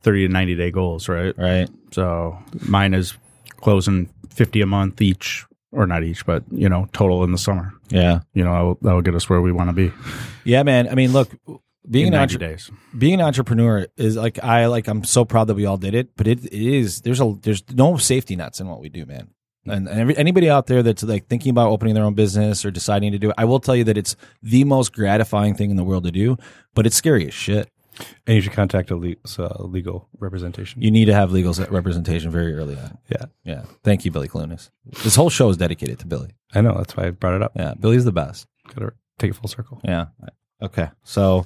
Speaker 5: thirty to ninety day goals, right?
Speaker 3: Right.
Speaker 5: So mine is closing fifty a month each, or not each, but you know, total in the summer.
Speaker 3: Yeah.
Speaker 5: You know, that will, that will get us where we want to be
Speaker 3: Yeah, man. I mean, look, being
Speaker 5: in
Speaker 3: an
Speaker 5: ninety
Speaker 3: entre-
Speaker 5: days.
Speaker 3: being an entrepreneur is like I like I'm so proud that we all did it, but it, it is there's a there's no safety nets in what we do, man. And, and every, anybody out there that's like thinking about opening their own business or deciding to do it, I will tell you that it's the most gratifying thing in the world to do, but it's scary as shit.
Speaker 7: and you should contact a le- so, legal representation
Speaker 3: You need to have legal representation very early on.
Speaker 7: yeah
Speaker 3: Yeah. Thank you, Billy Clunas. This whole show is dedicated to Billy.
Speaker 7: i know that's why i brought it up
Speaker 3: Yeah. Billy's the best.
Speaker 7: gotta take it full circle.
Speaker 3: Yeah. Okay. So,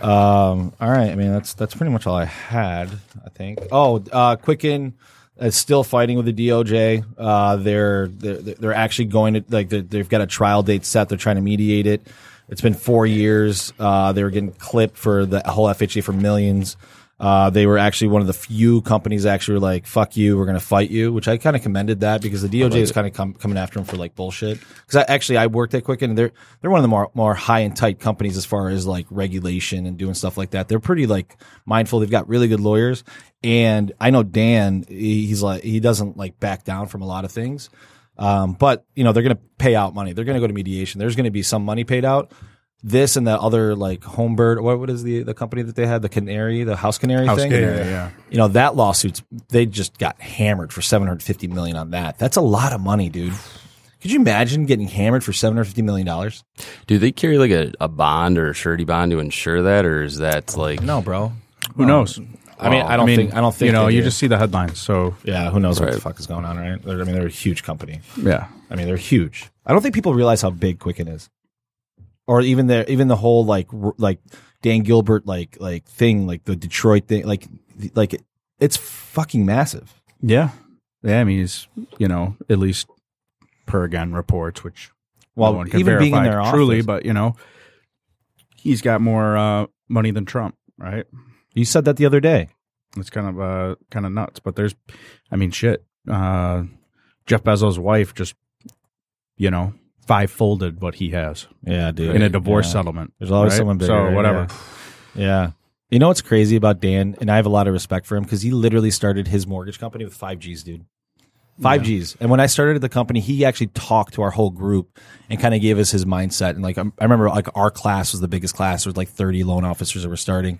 Speaker 3: um, all right. I mean, that's that's pretty much all I had. I think. Oh, uh, Quicken is still fighting with the DOJ. Uh, they're they're they're actually going to like they they've got a trial date set. They're trying to mediate it. It's been four years. Uh, they were getting clipped for the whole FHA for millions. Uh, they were actually one of the few companies that actually were like, "Fuck you, we're gonna fight you," which I kind of commended that because the DOJ is kind of com- coming after them for like bullshit. Because I actually I worked at Quicken, and they're they're one of the more more high and tight companies as far as like regulation and doing stuff like that. They're pretty like mindful. They've got really good lawyers, and I know Dan, he- he's like he doesn't like back down from a lot of things. Um, but you know they're going to pay out money. They're going to go to mediation. There's going to be some money paid out. This and the other like Homebird, what what is the the company that they had the Canary, the House Canary thing?
Speaker 5: Canary, yeah.
Speaker 3: You know that lawsuits they just got hammered for 750 million on that. That's a lot of money, dude. Could you imagine getting hammered for 750 million dollars?
Speaker 6: Do they carry like a, a bond or a surety bond to insure that? Or is that like.
Speaker 3: No, bro.
Speaker 5: Who knows?
Speaker 3: I mean, I don't think. I don't think
Speaker 5: you know.
Speaker 3: they
Speaker 5: You
Speaker 3: do.
Speaker 5: just see the headlines, so
Speaker 3: yeah. Who knows what the
Speaker 6: Right.
Speaker 3: fuck is going on, right? They're, I mean, they're a huge company.
Speaker 5: yeah.
Speaker 3: I mean, they're huge. I don't think people realize how big Quicken is, or even their even the whole like r- like Dan Gilbert like like thing, like the Detroit thing, like like it's fucking massive.
Speaker 5: Yeah. Yeah, I mean, he's, you know, at least per again reports, which
Speaker 3: Well,
Speaker 5: no one can
Speaker 3: even being in
Speaker 5: verify
Speaker 3: their
Speaker 5: truly,
Speaker 3: office.
Speaker 5: but you know, he's got more uh, money than Trump, right?
Speaker 3: You said that the other day.
Speaker 5: It's kind of uh, kind of nuts. But there's, I mean, shit. Uh, Jeff Bezos' wife just, you know, five folded what he has
Speaker 3: Yeah, dude.
Speaker 5: in a divorce
Speaker 3: Yeah.
Speaker 5: settlement.
Speaker 3: There's always someone bigger,
Speaker 5: So
Speaker 3: right?
Speaker 5: whatever.
Speaker 3: Yeah. You know what's crazy about Dan, and I have a lot of respect for him because he literally started his mortgage company with five Gs, dude. Five Gs. And when I started at the company, he actually talked to our whole group and kind of gave us his mindset. And like, I'm- I remember like our class was the biggest class. There was like 30 loan officers that were starting.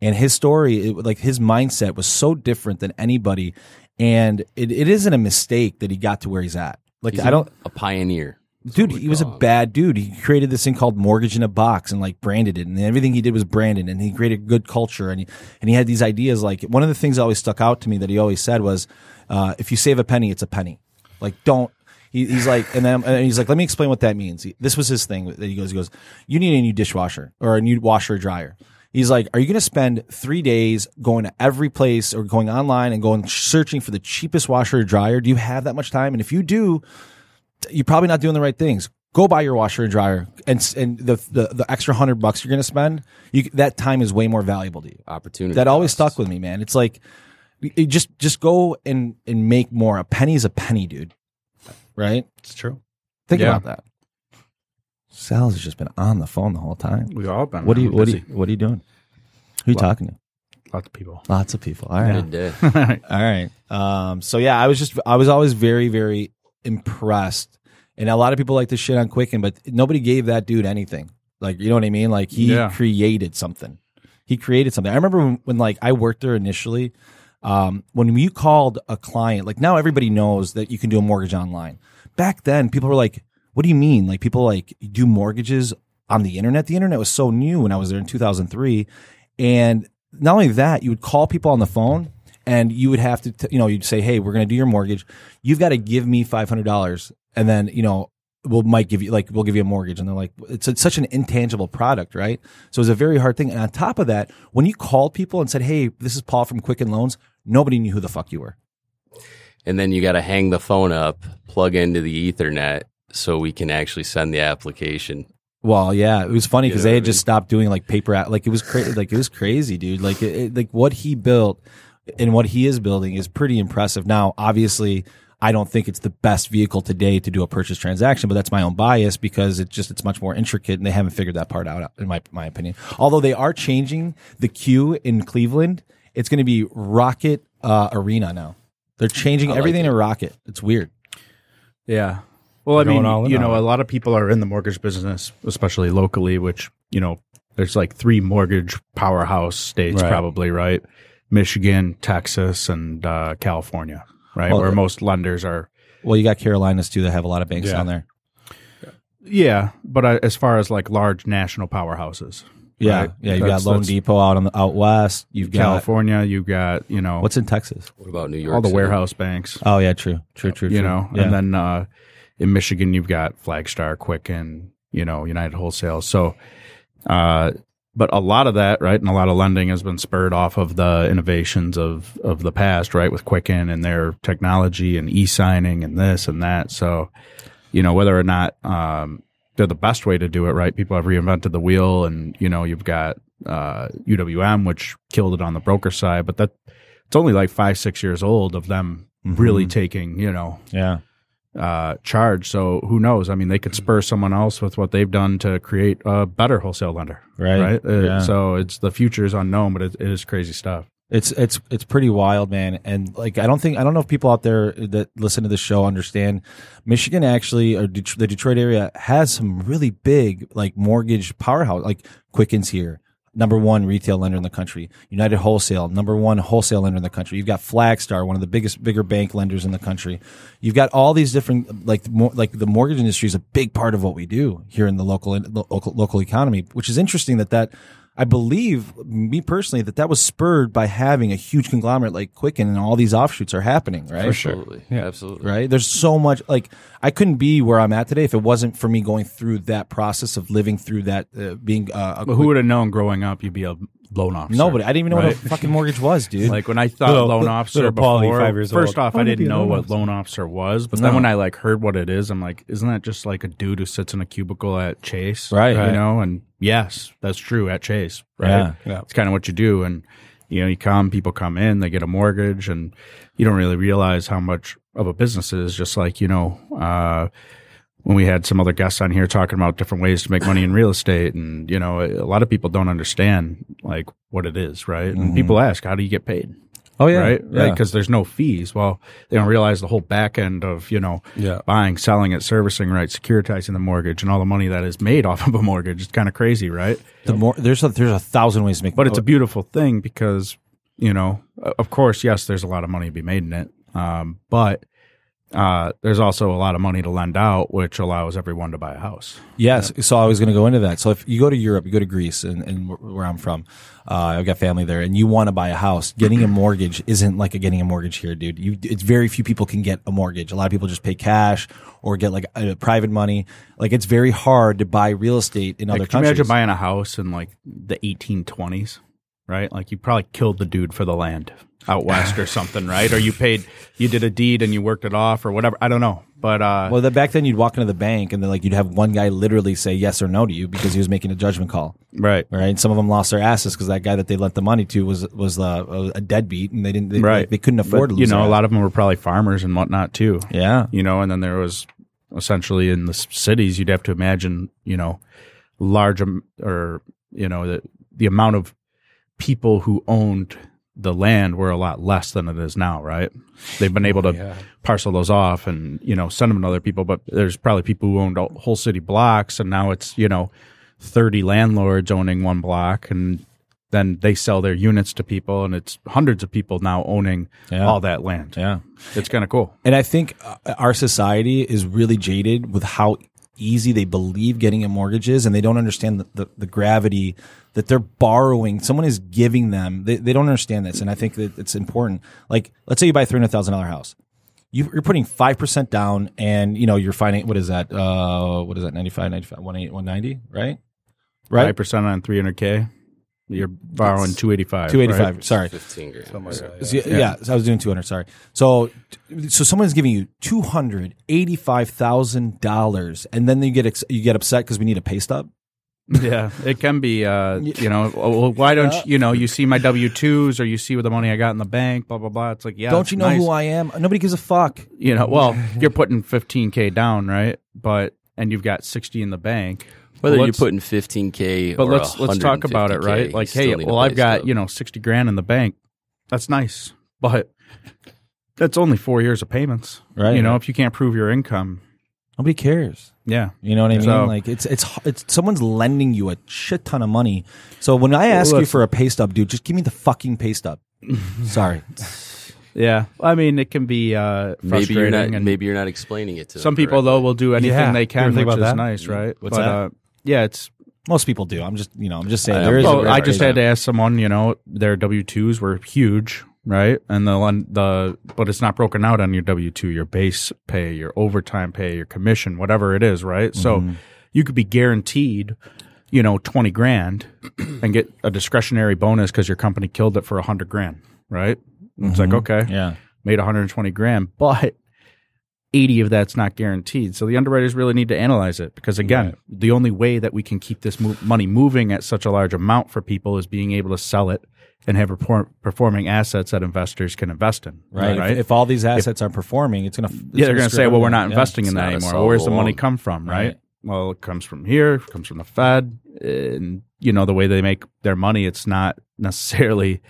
Speaker 3: And his story, it, like his mindset was so different than anybody. And it, it isn't a mistake that he got to where he's at. Like,
Speaker 6: He's
Speaker 3: I don't,
Speaker 6: a pioneer.
Speaker 3: dude he was a bad dude he created this thing called mortgage in a box and like branded it and everything he did was branded and he created good culture and he, and he had these ideas like one of the things that always stuck out to me that he always said was uh, if you save a penny it's a penny like don't he, he's like and then and he's like let me explain what that means He- this was his thing that he goes he goes you need a new dishwasher or a new washer or dryer He's like, are you going to spend three days going to every place or going online and going searching for the cheapest washer or dryer? Do you have that much time? And if you do, you're probably not doing the right things. Go buy your washer and dryer, and s- and the the, the extra hundred bucks you're going to spend, you, that time is way more valuable to you.
Speaker 6: Opportunity.
Speaker 3: That always
Speaker 6: costs.
Speaker 3: stuck with me, man. It's like y- you just just go and and make more. A penny's a penny, dude. Right?
Speaker 5: It's true.
Speaker 3: Think
Speaker 5: Yeah.
Speaker 3: about that. Sal's has just been on the phone the whole time.
Speaker 5: We've all been.
Speaker 3: What do you
Speaker 5: busy.
Speaker 3: what do you, what are you doing? Who are
Speaker 5: Well-
Speaker 3: you talking to?
Speaker 5: Lots of people.
Speaker 3: Lots of people. All right.
Speaker 6: Midday.
Speaker 3: All right. Um, so yeah, I was just I was always very very impressed, and a lot of people like to shit on Quicken, but nobody gave that dude anything. Like you know what I mean? Like he
Speaker 5: Yeah.
Speaker 3: created something. He created something. I remember when, when like I worked there initially. Um, when you called a client, like now everybody knows that you can do a mortgage online. Back then, people were like, "What do you mean?" Like people like do mortgages on the internet. The internet was so new when I was there in 2003, and not only that, you would call people on the phone and you would have to, t- you know, you'd say, "Hey, we're going to do your mortgage. You've got to give me five hundred dollars, and then you know, we'll might give you like we'll give you a mortgage." And they're like, "It's, it's such an intangible product, right?" So it's a very hard thing. And on top of that, when you called people and said, "Hey, this is Paul from Quicken Loans," nobody knew who the fuck you were.
Speaker 6: and then you got to hang the phone up, plug into the Ethernet, so we can actually send the application.
Speaker 3: Well, yeah, it was funny because they
Speaker 6: You know what
Speaker 3: had
Speaker 6: I
Speaker 3: just stopped doing like paper, out like it was crazy, like it was crazy, dude. Like, it, it- like what he built and what he is building is pretty impressive. Now, obviously, I don't think it's the best vehicle today to do a purchase transaction, but that's my own bias because it's just it's much more intricate, and they haven't figured that part out, in my my opinion. Although they are changing the queue in Cleveland, it's going to be Rocket uh, Arena now. They're changing everything to Rocket. It's weird.
Speaker 5: Yeah. Well, I
Speaker 7: Going
Speaker 5: mean,
Speaker 7: all in
Speaker 5: you
Speaker 7: on
Speaker 5: know,
Speaker 7: it.
Speaker 5: a lot of people are in the mortgage business, especially locally, which, you know, there's like three mortgage powerhouse states,
Speaker 7: Right.
Speaker 5: probably, right? Michigan, Texas, and uh, California, right?
Speaker 3: Well,
Speaker 5: Where
Speaker 3: the-
Speaker 5: most lenders are.
Speaker 3: Well, you got Carolinas too that have a lot of banks
Speaker 7: Yeah.
Speaker 3: down there.
Speaker 5: Yeah. But uh, as far as like large national powerhouses,
Speaker 3: Yeah,
Speaker 5: right?
Speaker 3: yeah. You got
Speaker 5: That's-
Speaker 3: Loan
Speaker 5: that's
Speaker 3: Depot out on the out west. You've got
Speaker 5: California, you got, you know,
Speaker 3: what's in Texas.
Speaker 6: What about New York?
Speaker 5: all the
Speaker 6: City?
Speaker 5: warehouse banks,
Speaker 3: Oh yeah, true, true, true.
Speaker 5: you
Speaker 3: true.
Speaker 5: know,
Speaker 3: yeah.
Speaker 5: and then uh, in Michigan, you've got Flagstar, Quicken, you know, United Wholesale. So, uh, but a lot of that, right, and a lot of lending has been spurred off of the innovations of of the past, right, with Quicken and their technology and e signing and this and that. So, you know, whether or not um, they're the best way to do it, right? People have reinvented the wheel, and you know, you've got uh, UWM, which killed it on the broker side, but that it's only like five six years old of them really taking, you know,
Speaker 3: yeah,
Speaker 5: uh, charge. So who knows? I mean, they could spur someone else with what they've done to create a better wholesale lender,
Speaker 3: Right.
Speaker 5: Right. Uh,
Speaker 3: Yeah.
Speaker 5: So it's the future is unknown, but it, it is crazy stuff.
Speaker 3: it's it's it's pretty wild, man. And like, I don't think I don't know if people out there that listen to the show understand. Michigan actually, or Det- the Detroit area, has some really big like mortgage powerhouse, like Quicken's here. Number one retail lender in the country, United Wholesale, number one wholesale lender in the country. You've got Flagstar, one of the biggest, bigger bank lenders in the country. You've got all these different, like, mo- like the mortgage industry is a big part of what we do here in the local, in- lo- local, local economy, which is interesting that that I believe me personally that that was spurred by having a huge conglomerate like Quicken and all these offshoots are happening, right?
Speaker 6: Absolutely. Absolutely.
Speaker 3: Right? There's so much like I couldn't be where I'm at today if it wasn't for me going through that process of living through that uh, being uh, a
Speaker 5: But who would have known growing up you'd be a loan officer?
Speaker 3: nobody. I didn't even know
Speaker 5: right?
Speaker 3: what a fucking mortgage was, dude.
Speaker 5: Like when I thought
Speaker 7: Little-
Speaker 5: loan
Speaker 7: little
Speaker 5: officer
Speaker 7: Paulie,
Speaker 5: before,
Speaker 7: five years
Speaker 5: first
Speaker 7: old.
Speaker 5: off, I didn't know what loan officer was, but then when I like heard what it is, I'm like, isn't that just like a dude who sits in a cubicle at Chase,
Speaker 3: Right.
Speaker 5: You
Speaker 3: Right.
Speaker 5: know, and yes, that's true at Chase, right?
Speaker 3: Yeah.
Speaker 7: Yeah.
Speaker 5: It's kind of what you do, and you know, you come, people come in, they get a mortgage, and you don't really realize how much of a business it is. Just like you know. uh when we had some other guests on here talking about different ways to make money in real estate and you know a lot of people don't understand like what it is right and people ask how do you get paid
Speaker 3: Mm-hmm. oh
Speaker 5: right
Speaker 3: yeah.
Speaker 5: right because there's no fees well they don't realize the whole back end of you know
Speaker 7: Yeah.
Speaker 5: buying selling it servicing right securitizing the mortgage and all the money that is made off of a mortgage it's kind of crazy right
Speaker 3: The more there's a, there's a thousand ways to make
Speaker 5: but it's a beautiful thing because you know o- of course yes there's a lot of money to be made in it um, but uh, there's also a lot of money to lend out which allows everyone to buy a house
Speaker 3: Yes. So I was going to go into that. So if you go to Europe, you go to Greece and, and wh- where I'm from, uh, I've got family there and you want to buy a house, getting a mortgage isn't like a getting a mortgage here, dude. You, it's very few people can get a mortgage. A lot of people just pay cash or get like uh private money. Like it's very hard to buy real estate in
Speaker 5: Like,
Speaker 3: other
Speaker 5: could you
Speaker 3: countries.
Speaker 5: imagine buying a house in like the 1820s, right? Like you probably killed the dude for the land out west or something, right? Or you paid, you did a deed and you worked it off or whatever. I don't know, but uh,
Speaker 3: well, the, back then you'd walk into the bank and then like you'd have one guy literally say yes or no to you because he was making a judgment call.
Speaker 5: right,
Speaker 3: Right. And some of them lost their asses because that guy that they lent the money to was, was uh, a deadbeat and they didn't, they,
Speaker 5: right.
Speaker 3: they couldn't afford
Speaker 5: But,
Speaker 3: to
Speaker 5: You
Speaker 3: lose
Speaker 5: know,
Speaker 3: their
Speaker 5: a lot of them were probably farmers and whatnot too.
Speaker 3: ass. Yeah.
Speaker 5: you know, and then there was essentially in the s- cities, you'd have to imagine, you know, large am- or, you know, the, the amount of people who owned the land were a lot less than it is now, right? They've been
Speaker 3: Oh,
Speaker 5: able to parcel those off and, you know, send them to other people, but there's probably people who owned a- whole city blocks and now it's, you know, 30 landlords owning one block and then they sell their units to people and it's hundreds of people now owning
Speaker 3: Yeah.
Speaker 5: all that land.
Speaker 3: Yeah.
Speaker 5: It's kind of cool.
Speaker 3: And I think uh, our society is really jaded with how easy they believe getting a mortgage is, and they don't understand the, the, the gravity that they're borrowing. Someone is giving them. They, they don't understand this, and I think that it's important. Like, let's say you buy a three hundred thousand dollar house. You, you're putting five percent down, and you know you're finding what is that? Uh, what is that? 95, 95, 180, 190, right? Right.
Speaker 5: five percent on three hundred k, you're borrowing two eighty five.
Speaker 3: Two eighty five. Sorry,
Speaker 6: 15 grand.
Speaker 3: yeah, yeah, so I was doing 200. Sorry. So, so someone's giving you two hundred eighty-five thousand dollars, and then you get ex- you get upset because we need a pay stub.
Speaker 5: Yeah, it can be. Uh, you know, oh, well, why don't you, you know you see my W twos or you see what the money I got in the bank? Blah blah blah. It's like yeah,
Speaker 3: Don't
Speaker 5: it's
Speaker 3: you know
Speaker 5: nice.
Speaker 3: who I am? Nobody gives a fuck.
Speaker 5: You know, well, you're putting fifteen k down, right? But and you've got sixty in the bank.
Speaker 6: Whether
Speaker 5: Well,
Speaker 6: you're
Speaker 5: let's-
Speaker 6: putting 15k,
Speaker 5: but
Speaker 6: or
Speaker 5: let's let's talk about it,
Speaker 6: 150K,
Speaker 5: right?
Speaker 6: you
Speaker 5: Like,
Speaker 6: still
Speaker 5: hey,
Speaker 6: need a
Speaker 5: well, I've
Speaker 6: place
Speaker 5: got
Speaker 6: to-
Speaker 5: you know sixty grand in the bank. That's nice, but that's only four years of payments,
Speaker 3: Right.
Speaker 5: You know, if you can't prove your income,
Speaker 3: Nobody cares.
Speaker 5: yeah,
Speaker 3: You know what I mean?
Speaker 5: So-
Speaker 3: like it's it's it's someone's lending you a shit ton of money. So when I ask you
Speaker 5: Listen.
Speaker 3: for a pay stub, dude, just give me the fucking pay stub. Sorry.
Speaker 5: yeah. I mean, it can be uh,
Speaker 6: maybe
Speaker 5: frustrating
Speaker 6: you're not
Speaker 5: and
Speaker 6: maybe you're not explaining it to
Speaker 5: Some
Speaker 6: them
Speaker 5: people though
Speaker 6: correctly.
Speaker 5: will do anything
Speaker 7: Yeah.
Speaker 5: they
Speaker 7: You
Speaker 5: can,
Speaker 7: ever
Speaker 5: which
Speaker 7: think
Speaker 5: is
Speaker 7: about that?
Speaker 5: nice, right?
Speaker 3: What's
Speaker 5: but,
Speaker 3: that?
Speaker 5: Uh, yeah, it's.
Speaker 3: Most people do. I'm just you know I'm just saying
Speaker 6: I-
Speaker 3: there is. a
Speaker 6: Well,
Speaker 5: Oh, I just
Speaker 3: rare
Speaker 5: had to ask someone. You know, their W twos were huge, right? And the lun- the but it's not broken out on your W two, your base pay, your overtime pay, your commission, whatever it is, right?
Speaker 7: Mm-hmm.
Speaker 5: So you could be guaranteed, you know, twenty grand, and get a discretionary bonus because your company killed it for a hundred grand, right? It's
Speaker 7: Mm-hmm.
Speaker 5: like okay,
Speaker 3: Yeah.
Speaker 5: made 120 grand, but 80 of that's not guaranteed. So the underwriters really need to analyze it because again, the only way that we can keep this mo- money moving at such a large amount for people is being able to sell it and have repor- performing assets that investors can invest in.
Speaker 3: Right. If- If, all these assets aren't performing, it's gonna.
Speaker 5: yeah, they're going to say, well, we're not investing in
Speaker 6: It's
Speaker 5: that
Speaker 6: not a
Speaker 5: anymore. Well, where's the
Speaker 6: solvable
Speaker 5: money
Speaker 6: loan.
Speaker 5: come from, right?
Speaker 3: Right.
Speaker 5: Well, it comes from here, it comes from the Fed, and you know the way they make their money, it's not necessarily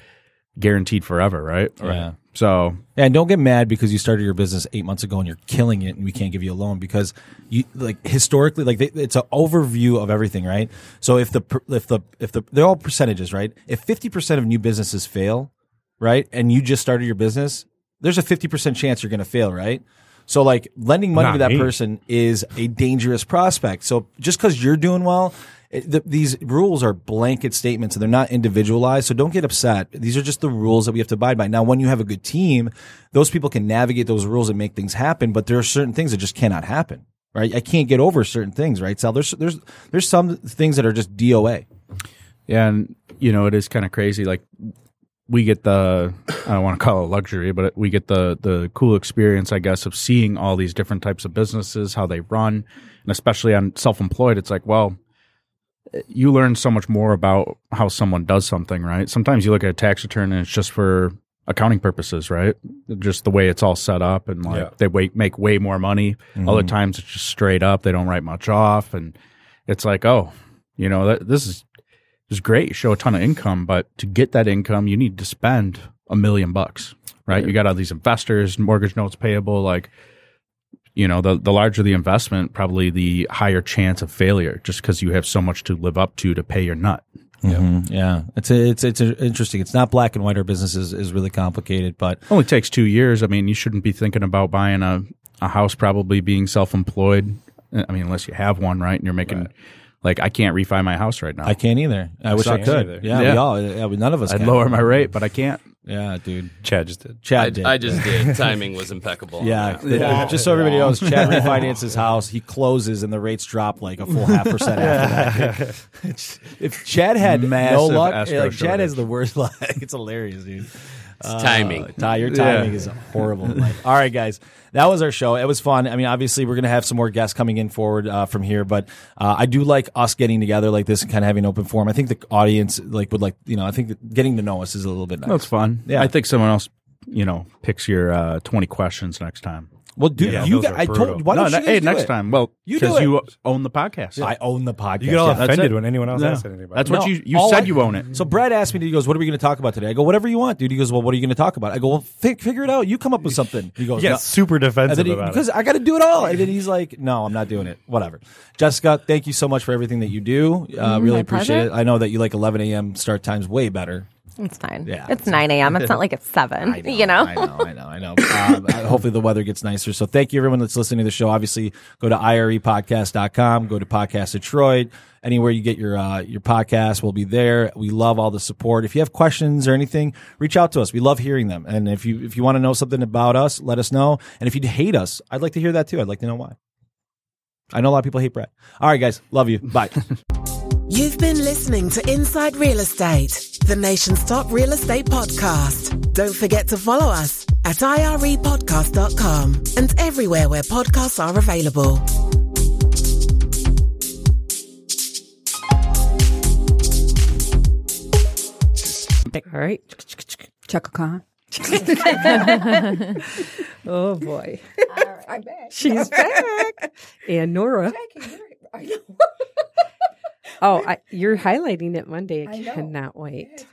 Speaker 5: guaranteed forever, right?
Speaker 3: Yeah.
Speaker 5: So
Speaker 3: And don't get mad because you started your business eight months ago and you're killing it, and we can't give you a loan because you like historically, like they, it's an overview of everything, right? So if the per- if the if the they're all percentages, right? If fifty percent of new businesses fail, right, and you just started your business, there's a fifty percent chance you're going to fail, right? So like lending money
Speaker 7: Not
Speaker 3: to that
Speaker 7: me.
Speaker 3: person is a dangerous prospect. So just because you're doing well it, the, these rules are blanket statements and they're not individualized. So don't get upset. These are just the rules that we have to abide by. Now, when you have a good team, those people can navigate those rules and make things happen. But there are certain things that just cannot happen. Right, I can't get over certain things. Right, Sal. There's there's there's some things that are just DOA.
Speaker 5: Yeah, and you know it is kind of crazy. Like we get the I don't want to call it luxury, but we get the the cool experience, I guess, of seeing all these different types of businesses, how they run, and especially on self employed, it's like, well, you learn so much more about how someone does something, right? Sometimes you look at a tax return and it's just for accounting purposes, right? Just the way it's all set up and like
Speaker 7: Yeah.
Speaker 5: they wait, make way more money. Other times it's just straight up, they don't write much off and it's like, oh, you know, that, this is is great, show a ton of income, but to get that income, you need to spend a million bucks, right? You got all these investors, mortgage notes payable, like you know, the the larger the investment, probably the higher chance of failure, just because you have so much to live up to to pay your nut.
Speaker 3: Mhm. Yeah, it's a, it's it's a- interesting. It's not black and white. Our business is, is really complicated, but
Speaker 5: Only takes two years. I mean, you shouldn't be thinking about buying a a house. Probably being self employed. I mean, unless you have one, right? And you're making like I can't refi my house right now.
Speaker 3: I can't either. I wish I
Speaker 7: Sucks.
Speaker 3: could. Yeah, we
Speaker 5: Yeah.
Speaker 3: all. Yeah, we, none of us.
Speaker 5: I'd
Speaker 3: can.
Speaker 5: lower my rate, but I can't.
Speaker 3: Yeah, dude.
Speaker 7: Chad just did.
Speaker 3: Chad
Speaker 6: I,
Speaker 3: did.
Speaker 6: I just did. Timing was impeccable. on
Speaker 3: yeah.
Speaker 6: that.
Speaker 3: Yeah. Just so everybody knows, Chad refinances his house. He closes, and the rates drop like a full half percent after that. It's- if Chad had no
Speaker 5: Massive
Speaker 3: luck,
Speaker 5: escrow
Speaker 3: like, Chad has
Speaker 5: shortage.
Speaker 3: the worst luck. It's hilarious, dude. Uh,
Speaker 6: timing.
Speaker 3: Ty, your timing is horrible. in life. All right, guys, that was our show. It was fun. I mean, obviously, we're gonna have some more guests coming in forward uh, from here, but uh, I do like us getting together like this and kind of having an open forum. I think the audience like would like you know. I think that getting to know us is a little bit nice.
Speaker 5: That's fun.
Speaker 3: Yeah.
Speaker 5: I think someone else, you know, picks your uh, twenty questions next time.
Speaker 3: well, dude,
Speaker 7: Yeah,
Speaker 3: you
Speaker 7: those
Speaker 3: got,
Speaker 7: are
Speaker 3: I told
Speaker 7: brutal.
Speaker 3: why don't
Speaker 5: no,
Speaker 3: you
Speaker 5: hey,
Speaker 3: guys do
Speaker 5: next
Speaker 3: it?
Speaker 5: time. Well,
Speaker 3: You do
Speaker 5: because
Speaker 3: it.
Speaker 5: you own the podcast.
Speaker 3: I own the podcast.
Speaker 7: You get all
Speaker 3: yeah.
Speaker 7: offended
Speaker 5: it.
Speaker 7: when anyone else
Speaker 5: No.
Speaker 7: asked anybody.
Speaker 5: That's what
Speaker 3: No,
Speaker 5: you you
Speaker 3: all
Speaker 5: said
Speaker 3: I-
Speaker 5: you own it.
Speaker 3: So Brad asked me, he goes, "What are we going to talk about today?" I go, "Whatever you want, dude." He goes, "Well, what are you going to talk about?" I go, "Well, fi- figure it out. You come up with something." He goes,
Speaker 7: yeah,
Speaker 3: "No."
Speaker 7: super
Speaker 3: And
Speaker 7: defensive
Speaker 3: then he,
Speaker 7: about
Speaker 3: because I got to do it all. And then he's like, "No, I'm not doing it. Whatever." Jessica, thank you so much for everything that you do. Uh, really
Speaker 4: Mm, my
Speaker 3: appreciate
Speaker 4: pleasure.
Speaker 3: it. I know that you like 11 a.m. start times way better.
Speaker 4: It's fine.
Speaker 3: Yeah.
Speaker 4: It's 9 a.m. It's not like it's 7, you know?
Speaker 3: I know, I know, I know. Um, uh, hopefully the weather gets nicer. So thank you everyone that's listening to the show. Obviously, go to E irepodcast.com, go to Podcast Detroit, anywhere you get your uh, your podcast, we'll be there. We love all the support. If you have questions or anything, reach out to us. We love hearing them. And if you if you want to know something about us, let us know. And if you hate us, I'd like to hear that too. I'd like to know why. I know a lot of people hate Brett. All right, guys. Love you. Bye.
Speaker 2: You've been listening to Inside Real Estate, the nation's top real estate podcast. Don't forget to follow us at E irepodcast.com and everywhere where podcasts are available.
Speaker 8: All right. Chaka Khan. oh boy.
Speaker 9: I'm back.
Speaker 8: She's back. And Nora.
Speaker 9: I know.
Speaker 8: Oh, I, you're highlighting it Monday. I,
Speaker 9: I know.
Speaker 8: cannot wait.